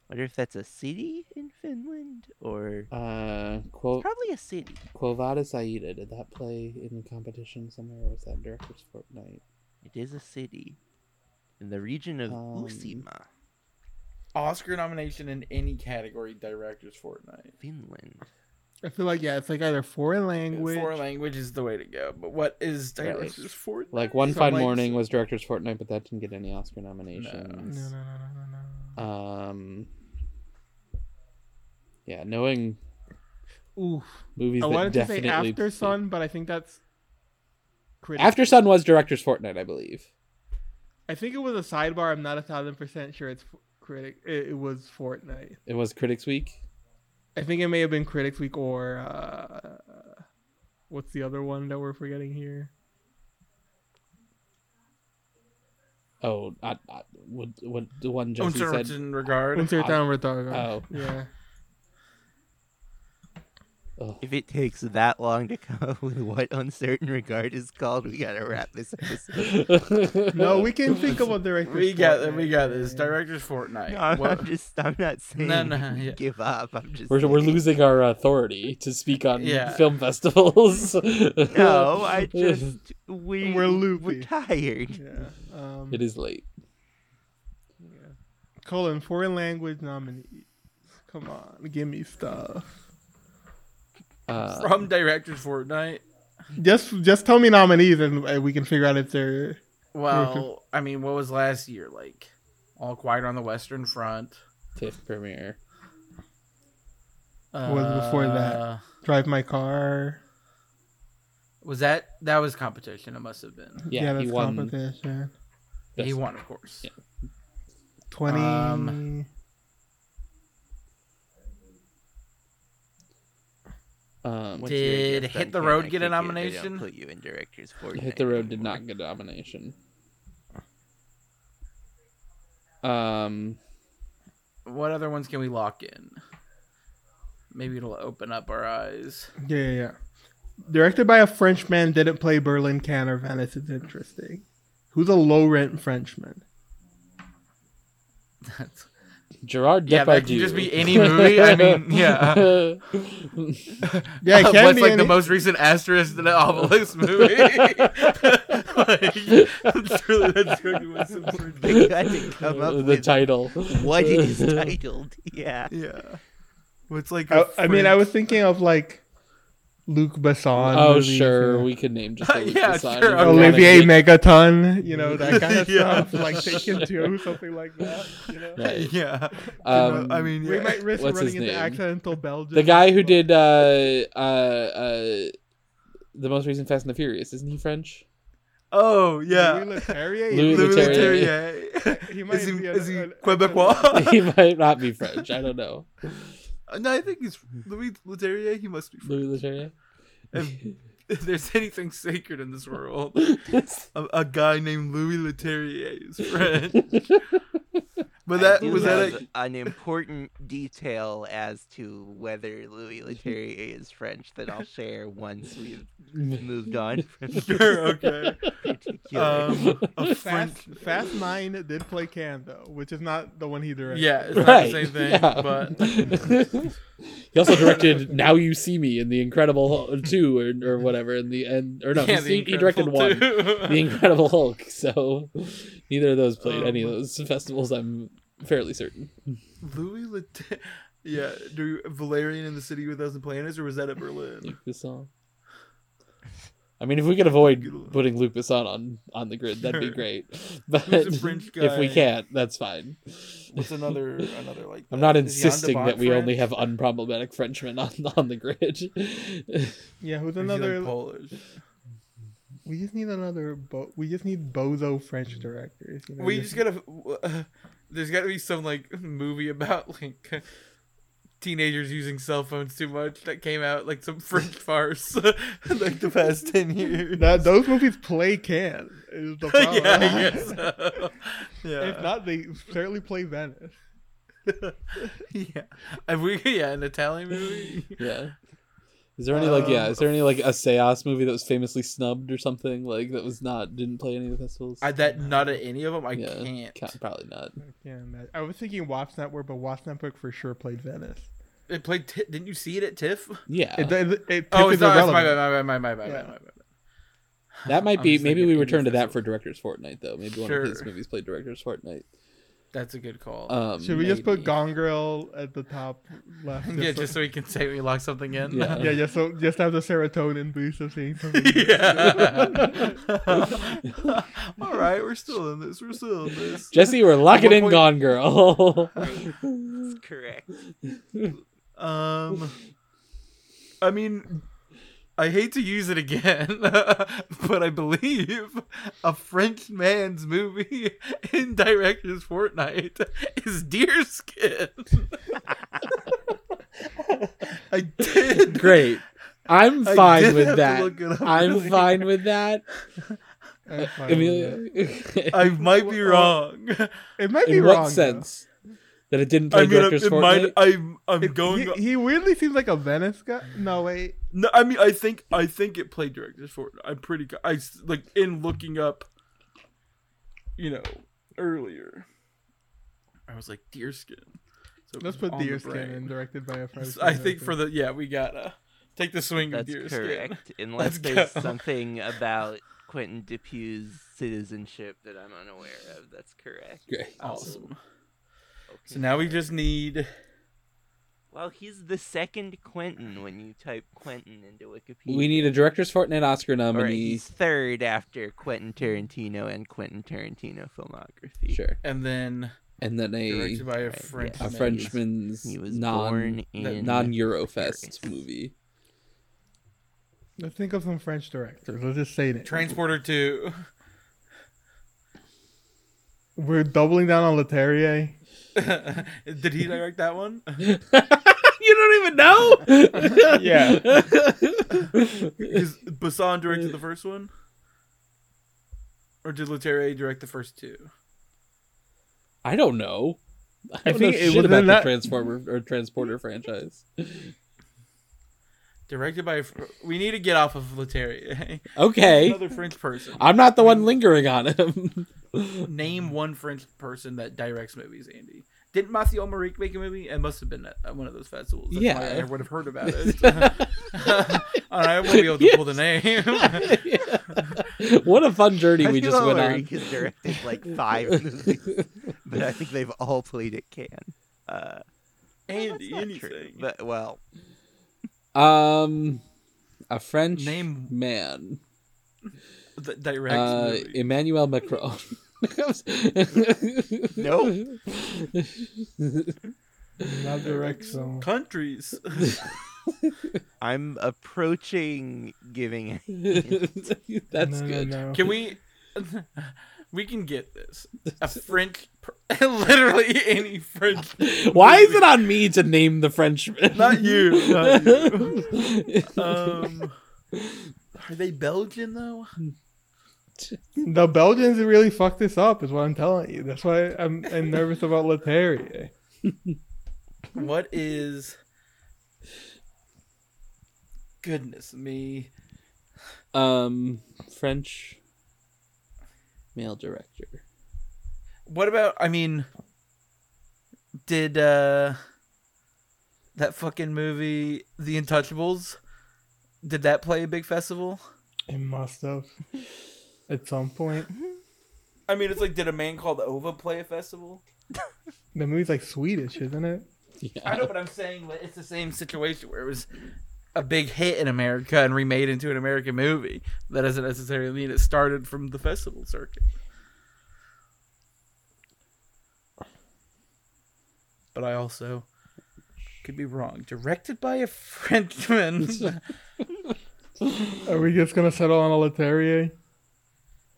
Wonder if that's a city in Finland or Mm-hmm. Uh, quote probably a city. Quo Vadis Aida, did that play in the competition somewhere or was that director's Fortnite? It is a city in the region of Um, Uusimaa, Oscar nomination in any category directors Fortnite. Finland. I feel like yeah, it's like either foreign language. Foreign language is the way to go. But what is Right. directors Fortnite? Like One So, Fine like- Morning was director's Fortnite, but that didn't get any Oscar no, no, no, nominations. no, no, no. Um, yeah, knowing Oof. movies I that wanted to say definitely After Sun, but I think that's critical. After Sun was director's Fortnite, I believe. I think it was a sidebar. I'm not a thousand percent sure it's f- critic. It, it was Fortnite. It was Critics Week. I think it may have been Critics Week or uh, what's the other one that we're forgetting here? Oh, I, I, what, what the one Oh, Jesse said? Uncertain regard. Insert down retard. Oh. yeah. Ugh. If it takes that long to come up with what uncertain regard is called, we gotta wrap this episode. No, we can think of a director. We got that. We got this. Directors Fortnite. No, I'm, What- I'm just I'm not saying No, no, yeah. give up. I'm just We're, we're saying- losing our authority to speak on Yeah. film festivals. No, I just we We're We're loopy. tired. Yeah. Um, It is late. colon foreign language nominee. Come on, give me stuff. Uh, From directors Fortnite. Just just tell me nominees and uh, we can figure out if they're. Well, I mean, what was last year like? All Quiet on the Western Front. fifth premiere. Uh, was before that? Drive my car. Was that that was competition? It must have been. Yeah, that's he won. competition. Best. He won, of course. Yeah. Twenty. Um, Um, Once you're Did against Hit the Uncanny, Road I get a kick it. They don't nomination? Put you in directors for Hit the Road did not get a nomination. Um, What other ones can we lock in? Maybe it'll open up our eyes. yeah, yeah, yeah. Directed by a Frenchman, didn't play Berlin, Cannes, or Venice. It's interesting. Who's a low rent Frenchman? That's Gerard Depardieu. Yeah, that can just be any movie. I mean, yeah. Yeah, it can What's be like the any- most recent asterisk in the obelisk movie? like, that's really that's really what's so They ridiculous. had to come up the with title. what it is titled. Yeah. Yeah. What's like? I, a I mean, I French- was thinking of like Luke Besson. Oh movies, sure, you know, we could name just Luke Yeah, Besson. sure, We're okay. gonna Olivier get- Megaton, you know that kind of Yeah. stuff. Like Taken Two, something like that. You know? Right. Yeah. Um, I mean, We yeah. might risk What's running his into name? accidental Belgium. the guy who did uh, uh, uh, the most recent Fast and the Furious isn't he French? oh yeah. Louis Leterrier. Louis Louis Leterrier. Leterrier. He might Is he, be a- is he a- Quebecois? he might not be French. I don't know. no, I think he's Louis Leterrier. He must be. French. Louis Leterrier. If, if there's anything sacred in this world, a, a guy named Louis Leterrier is French. But that I do was that. love a- an important detail as to whether Louis Leterrier is French that I'll share once we've moved on from this Sure, okay. particular. Um, a Fast, French. Fast Nine did play Can though, which is not the one he directed. Yeah, it's not the Right. same thing, yeah. but he also directed "Now You See Me" in The Incredible Hulk- Two or, or whatever in the end or no yeah, he- the he directed one. Incredible The Two. Incredible Hulk. So neither of those played any of Um, those festivals. I'm fairly certain. Louis Leterrier. Yeah, do Valerian in the City with a Thousand Planets, or was that at Berlin? Luc Besson. I mean, if we could avoid Good lord. putting Luke Besson on on the grid, that'd be Sure. great. But a French if we guy? can't, that's fine. What's another another like? I'm that? not Is Jan de insisting that Bont we only French? have unproblematic Frenchmen on on the grid. yeah. Who's Or is he, like, another? Polish. we just need another. Bo- we just need bozo French directors. You know? We just gotta. Uh, there's gotta be some like movie about like teenagers using cell phones too much that came out like some French farce like the past ten years. That, those movies play Can is the yeah, I problem. guess. so. If yeah, not, they certainly play Venice. yeah. If we, yeah, an Italian movie. yeah. Is there any like yeah? Um, Is there any like a seance movie that was famously snubbed or something like that was not didn't play any of the festivals? I, that not at any of them. I Yeah, can't. ca- probably not. I can't imagine. I was thinking Wasp Network, but Wasp Network for sure played Venice. It played. T- didn't you see it at TIFF? Yeah, It, it, it, it Oh, is it's not. it's My irrelevant. bad. My bad. My bad. My bad. Yeah. My bad. that might I'm be. just Maybe thinking we indie return to that festival. for directors' fortnight though. Maybe one of his Sure. movies played directors' fortnight. That's a good call. Um, Should we just put maybe. Gone Girl at the top left? yeah, just so he can say we lock something in. Yeah. yeah, just so just have the serotonin boost of seeing something. Yeah. All right, we're still in this. We're still in this. Jesse, we're locking One in point- Gone Girl. That's correct. Um, I mean, I hate to use it again, but I believe a French man's movie in director's fortnight is Deerskin. I did. Great. I'm I fine did with have to look it that. up I'm earlier. fine with that. I'm fine with that. Amelia, I might be wrong. It might be in wrong. what sense? That it didn't play I mean, director's it might, fortnight. I'm, I'm though. It- going. he, he weirdly seems like a Venice guy. No wait, No, I mean, I think I think it played directors for it. I'm pretty. co- I s- like in looking up, you know, earlier. I was like deerskin. So it let's was put on the Deerskin brain. in directed by a French. So I think for the yeah, we gotta take the swing of That's deerskin. correct. Unless Let's there's go. something about Quentin Dupue's citizenship that I'm unaware of. That's correct. Great. Awesome. Okay. So now we just need. Well, he's the second Quentin when you type Quentin into Wikipedia. We need a director's fortnight Oscar Or nominee. he's third after Quentin Tarantino and Quentin Tarantino filmography. Sure, And then and then a directed by a right, yeah. French. a man. Frenchman's He was non born in non Paris. Eurofest movie. let's think of some French directors. Let's just say that Transporter two. we're doubling down on Leterrier. Did he direct that one? you don't even know. Yeah. Because Bassan directed the first one, or did Leterrier direct the first two? I don't know. I, I don't think know it shit was in about the that- Transformer or Transporter franchise. Directed by. a Fr- We need to get off of Leterrier. Okay, Another French person. I'm not the one lingering on him. Name one French person that directs movies, Andy. Didn't Matthew Almeric make a movie? It must have been at one of those festivals. That's Yeah. why I would have heard about it. and I won't be able to pull the name. what a fun journey we just went on. Because directed like five movies, but I think they've all played at Cannes. Uh, and that's not true, anything. But well, Um, a French Name- man, The direct uh, movie. Emmanuel Macron. no. Not direct, so countries. I'm approaching giving. That's No, no, good. no. Can we? We can get this. A French, per- literally any French. Why is it on me to name the Frenchman? Not you. Not you. you. Um, are they Belgian though? The Belgians really fucked this up, is what I'm telling you. That's why I'm, I'm nervous about Leterrier. What is? Goodness me! Um, French male director. What about? I mean, did uh that fucking movie, The Untouchables? Did that play a big festival? It must have. At some point. I mean, it's like, did a man called Ova play a festival? The movie's like Swedish, isn't it? I Yeah. know, but I'm saying like, it's the same situation where it was a big hit in America and remade into an American movie. That doesn't necessarily mean it started from the festival circuit. But I also could be wrong. Directed by a Frenchman. Are we just gonna settle on a Leterrier?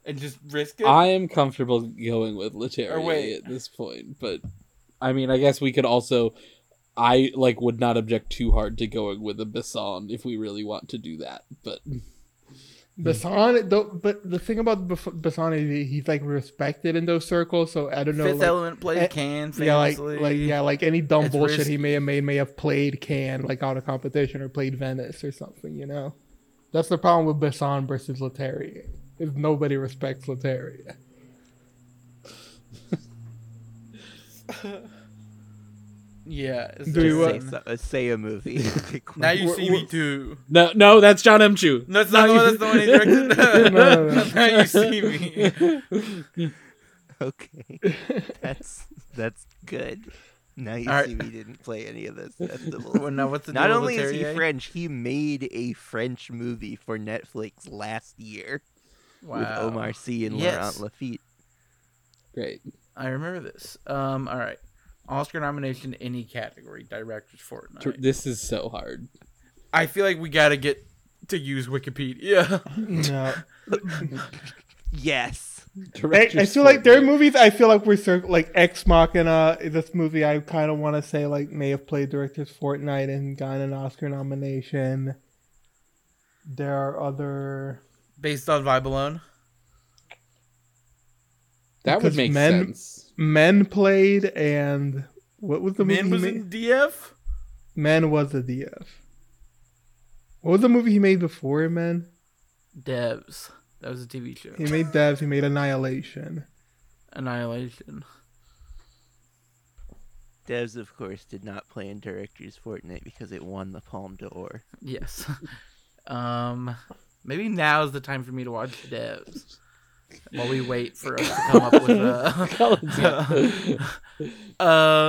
and just risk it? I am comfortable going with Or Leterrier wait. at this point, but I mean, I guess we could also. I like would not object too hard to going with a Besson if we really want to do that, but Basson, though, but the thing about Bef- Basson is he- he's like respected in those circles, so I don't know. Fifth like- Element played eh, can yeah, like, famously. like yeah, like any dumb It's bullshit risky. he may have made may have played can like out of competition or played Venice or something, you know. That's the problem with Basson versus Leterrier. Is nobody respects Leterrier. yeah. it's Do you, just- uh, Say, so- uh, say a movie. Pick now one. you Wh- see wh- me too. no, no, that's John M. Chu. That's not the one, that's the one he directed. No, no, no. now you see me. okay, that's that's good. Now you All right. see me didn't play any of this Well, festival. now what's the Not deal only with is he Leterrier? French, he made a French movie for Netflix last year with Wow. Omar Sy and Yes. Laurent Lafitte. great. I remember this. Um, all right. Oscar nomination, any category, directors Fortnite. Tr- This is so hard. I feel like we gotta get to use Wikipedia. No. Yes. I, I Director's feel like there are Fortnite. movies I feel like we're circ- like Ex Machina. This movie I kind of want to say like may have played directors Fortnite and gotten an Oscar nomination. There are other Based on Vibe alone. that would because make men- sense. men played and what was the Man was movie? he in made? DF. Men was a DF. What was the movie he made before Men? Devs. That was a TV show. He made Devs. He made Annihilation. Annihilation. Devs, of course, did not play in Director's Fortnite because it won the Palme d'Or. Yes. um, maybe now is the time for me to watch Devs. While we wait for us to come up with a Colin's got-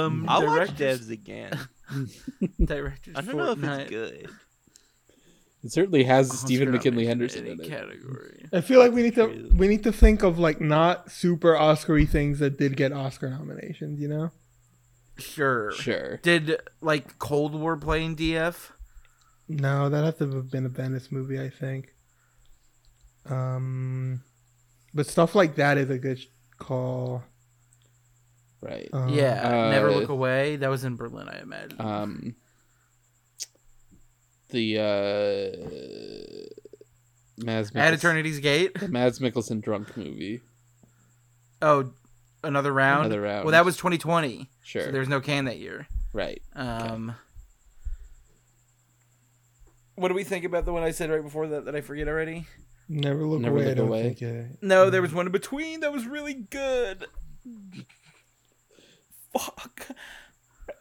um, I'll watch directors- Devs again. Directors I don't know if Fortnite. it's good. it certainly has Oscar Stephen McKinley Henderson nomination, any in it. Category. I feel like we need to True. we need to think of like not super Oscary things that did get Oscar nominations. You know. Sure. Sure. Did like Cold War play in DF? No, that had to have been a Venice movie, I think. Um, but stuff like that is a good sh- call. Right. Um, yeah, Never uh, Look Away. That was in Berlin, I imagine. Um. The uh. Maz At Mikkelsen, Eternity's Gate. the Mads Mikkelsen drunk movie. Oh, another round. Another round. Well, that was 2020. Sure. So there's no can that year. right. Um. What do we think about the one I said right before that that I forget already? Never look Never away. I Look don't Away. think it- No, there was one in between that was really good. fuck.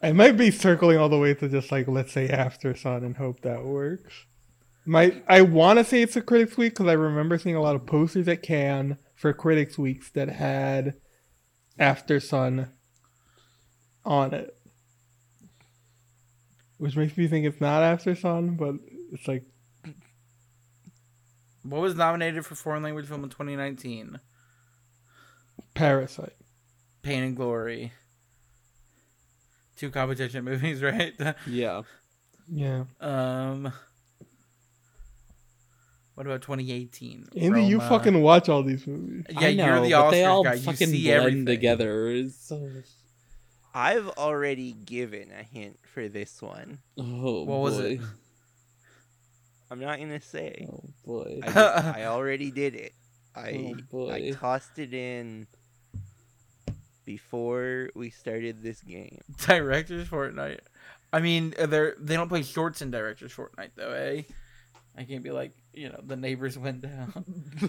I might be circling all the way to just like let's say after sun and hope that works. My I want to say it's a critics week because I remember seeing a lot of posters at Cannes for critics weeks that had after sun on it, which makes me think it's not after sun, but it's like What was nominated for foreign language film in 2019? Parasite. Pain and Glory. Two competition movies, right? Yeah. Yeah, um. What about 2018? Andy, you Roma. fucking watch all these movies. yeah, I know, you're the but Oscars they all guy. You fucking see blend everything together. It's so... I've already given a hint for this one. Oh What was boy. it? I'm not gonna say. Oh boy. I, just- I already did it. I oh boy. I tossed it in before we started this game. Directors Fortnite. I mean, they they don't play shorts in Directors Fortnite though, eh? I can't be like, you know, the neighbors went down.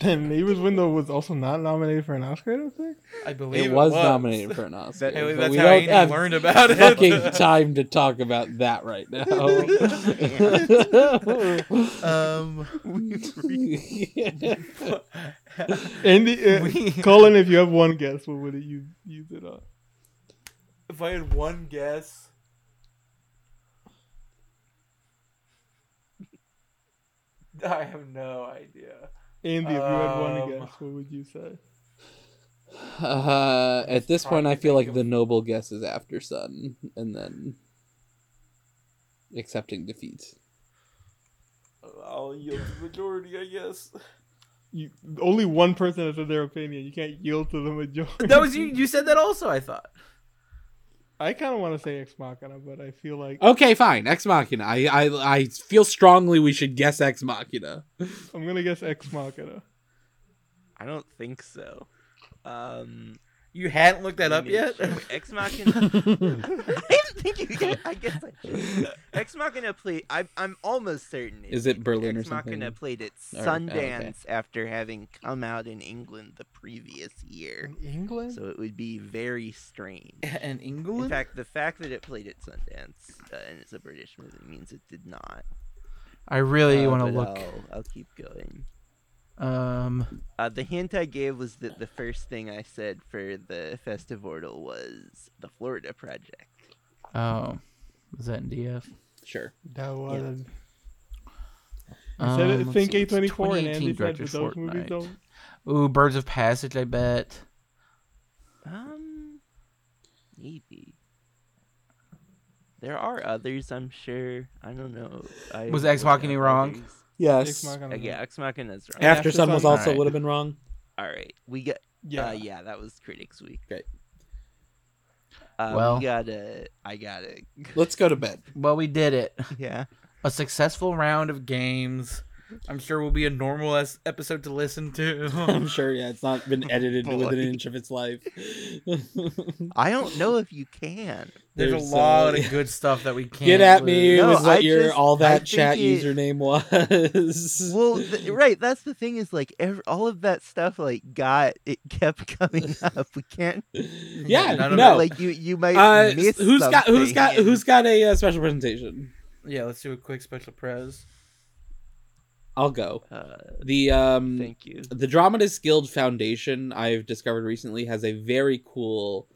Then Neighbors Window was also not nominated for an Oscar. I don't think. I believe it was nominated for an Oscar. I believe that's but we how don't Andy have learned about it. fucking time to talk about that right now. Um, Andy, uh, We- Colin, if you have one guess, what would it you use it on? if I had one guess, I have no idea. Andy, if you had one Um, guess, what would you say? uh, at this point, I Trying to feel like think the of- noble guess is after sun, and then accepting defeat. I'll yield to the majority, I guess. You only one person has said their opinion. You can't yield to the majority. That was you. You said that also. I thought. I kind of want to say ex machina, but I feel like Okay, fine. Ex Machina. I, I I feel strongly we should guess Ex Machina. I'm gonna guess ex machina. I don't think so. Um, You hadn't looked that let up me yet. check. Ex Machina. I didn't think you. Guys, I guess I, Ex Machina played. I, I'm almost certain. Is it Berlin or Ex Machina something? played at Or- oh, okay. Sundance after having come out in England the previous year, England? so it would be very strange. In England. In fact, the fact that it played at Sundance uh, and it's a British movie means it did not. I really Uh, want to but Oh, look. I'll, I'll keep going. Um, Uh, the hint I gave was that the first thing I said for the Festivortal was the Florida Project. oh, was that NDF? Sure. That was. Yeah. Um, I said it, think A24, and Andy said, but those movies don't. Ooh, Birds of Passage, I bet. Um, maybe. There are others, I'm sure. I don't know. I Was Ex wasn't Machina at wrong? others. Ex Yes. machina. Uh, yeah, Ex Machina's wrong. After After Sun was Sun. also Alright. would have been wrong. All right, we got. Yeah. Yeah, uh, yeah, that was Critics Week. Great. Uh, Well- we gotta. I gotta. Let's go to bed. Well, we did it. Yeah. A successful round of games. I'm sure will be a normal es- episode to listen I'm to. sure. Yeah, it's not been edited Boy. within an inch of its life. I don't know if you can. There's a There's, lot uh, of good stuff that we can't. Get at me No, was I what your just- all I that think chat it- username was. Well, th- right. That's the thing is like ev all of that stuff like got it kept coming up. We can't. yeah, none of no. Like you, you might Uh, miss. who's got who's got something. who's got a uh, special presentation? Yeah, let's do a quick special prez. I'll go. Uh, The um thank you. the Dramatists Guild Foundation, I've discovered recently, has a very cool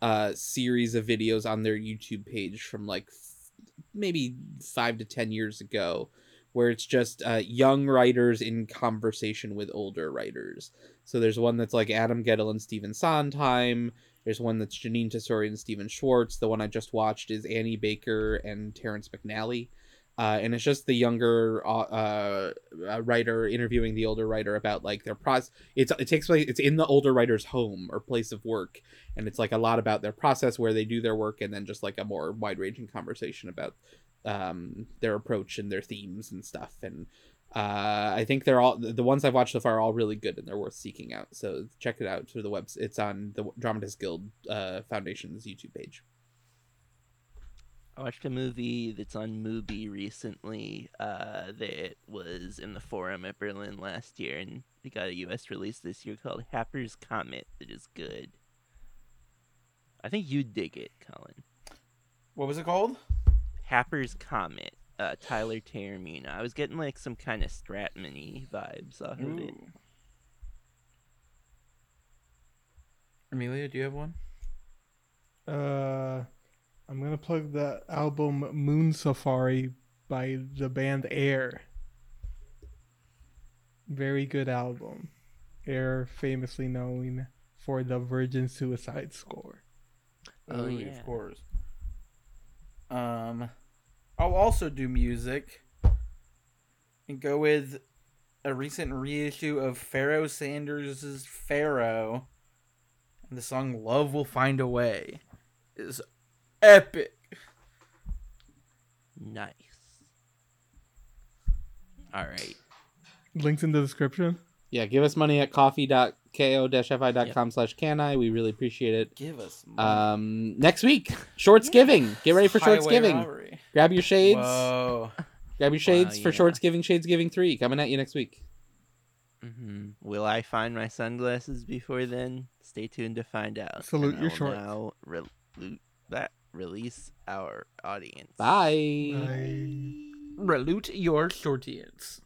uh, series of videos on their YouTube page from like f- maybe five to ten years ago, where it's just uh, young writers in conversation with older writers. So there's one that's like Adam Gettle and Stephen Sondheim. There's one that's Janine Tesori and Stephen Schwartz. The one I just watched is Annie Baker and Terrence McNally. Uh, and it's just the younger uh, uh, uh, writer interviewing the older writer about like their process. It's it takes place. It's in the older writer's home or place of work, and it's like a lot about their process, where they do their work, and then just like a more wide ranging conversation about um, their approach and their themes and stuff. And uh, I think they're all the the ones I've watched so far are all really good and they're worth seeking out. So check it out through the webs. It's on the Dramatist Guild uh, Foundation's YouTube page. I watched a movie that's on Mubi recently. Uh, that was in the Forum at Berlin last year, and we got a U.S. release this year called Happer's Comet. That is good. I think you'd dig it, Colin. What was it called? Happer's Comet, uh, Tyler Terramina. I was getting like some kind of Stratmany vibes off of it. Ooh. Amelia, do you have one? Uh, I'm gonna plug the album Moon Safari by the band Air. Very good album. Air famously known for the Virgin Suicide score. Oh, Ooh, yeah. Of course. Um, I'll also do music and go with a recent reissue of Pharaoh Sanders' Pharaoh and the song Love Will Find a Way is epic. Nice. All right. Links in the description. Yeah, give us money at coffee.ko-fi.com slash can I. We really appreciate it. Give us Um, next week, shorts giving. Get ready for shorts giving. Robbery. Grab your shades. Whoa. Grab your shades for yeah. shorts giving. Shades giving three coming at you next week. hmm Will I find my sunglasses before then? Stay tuned to find out. and Salute I your will shorts. Now re- lu- that release our audience. Bye. Bye. Relute your shortians.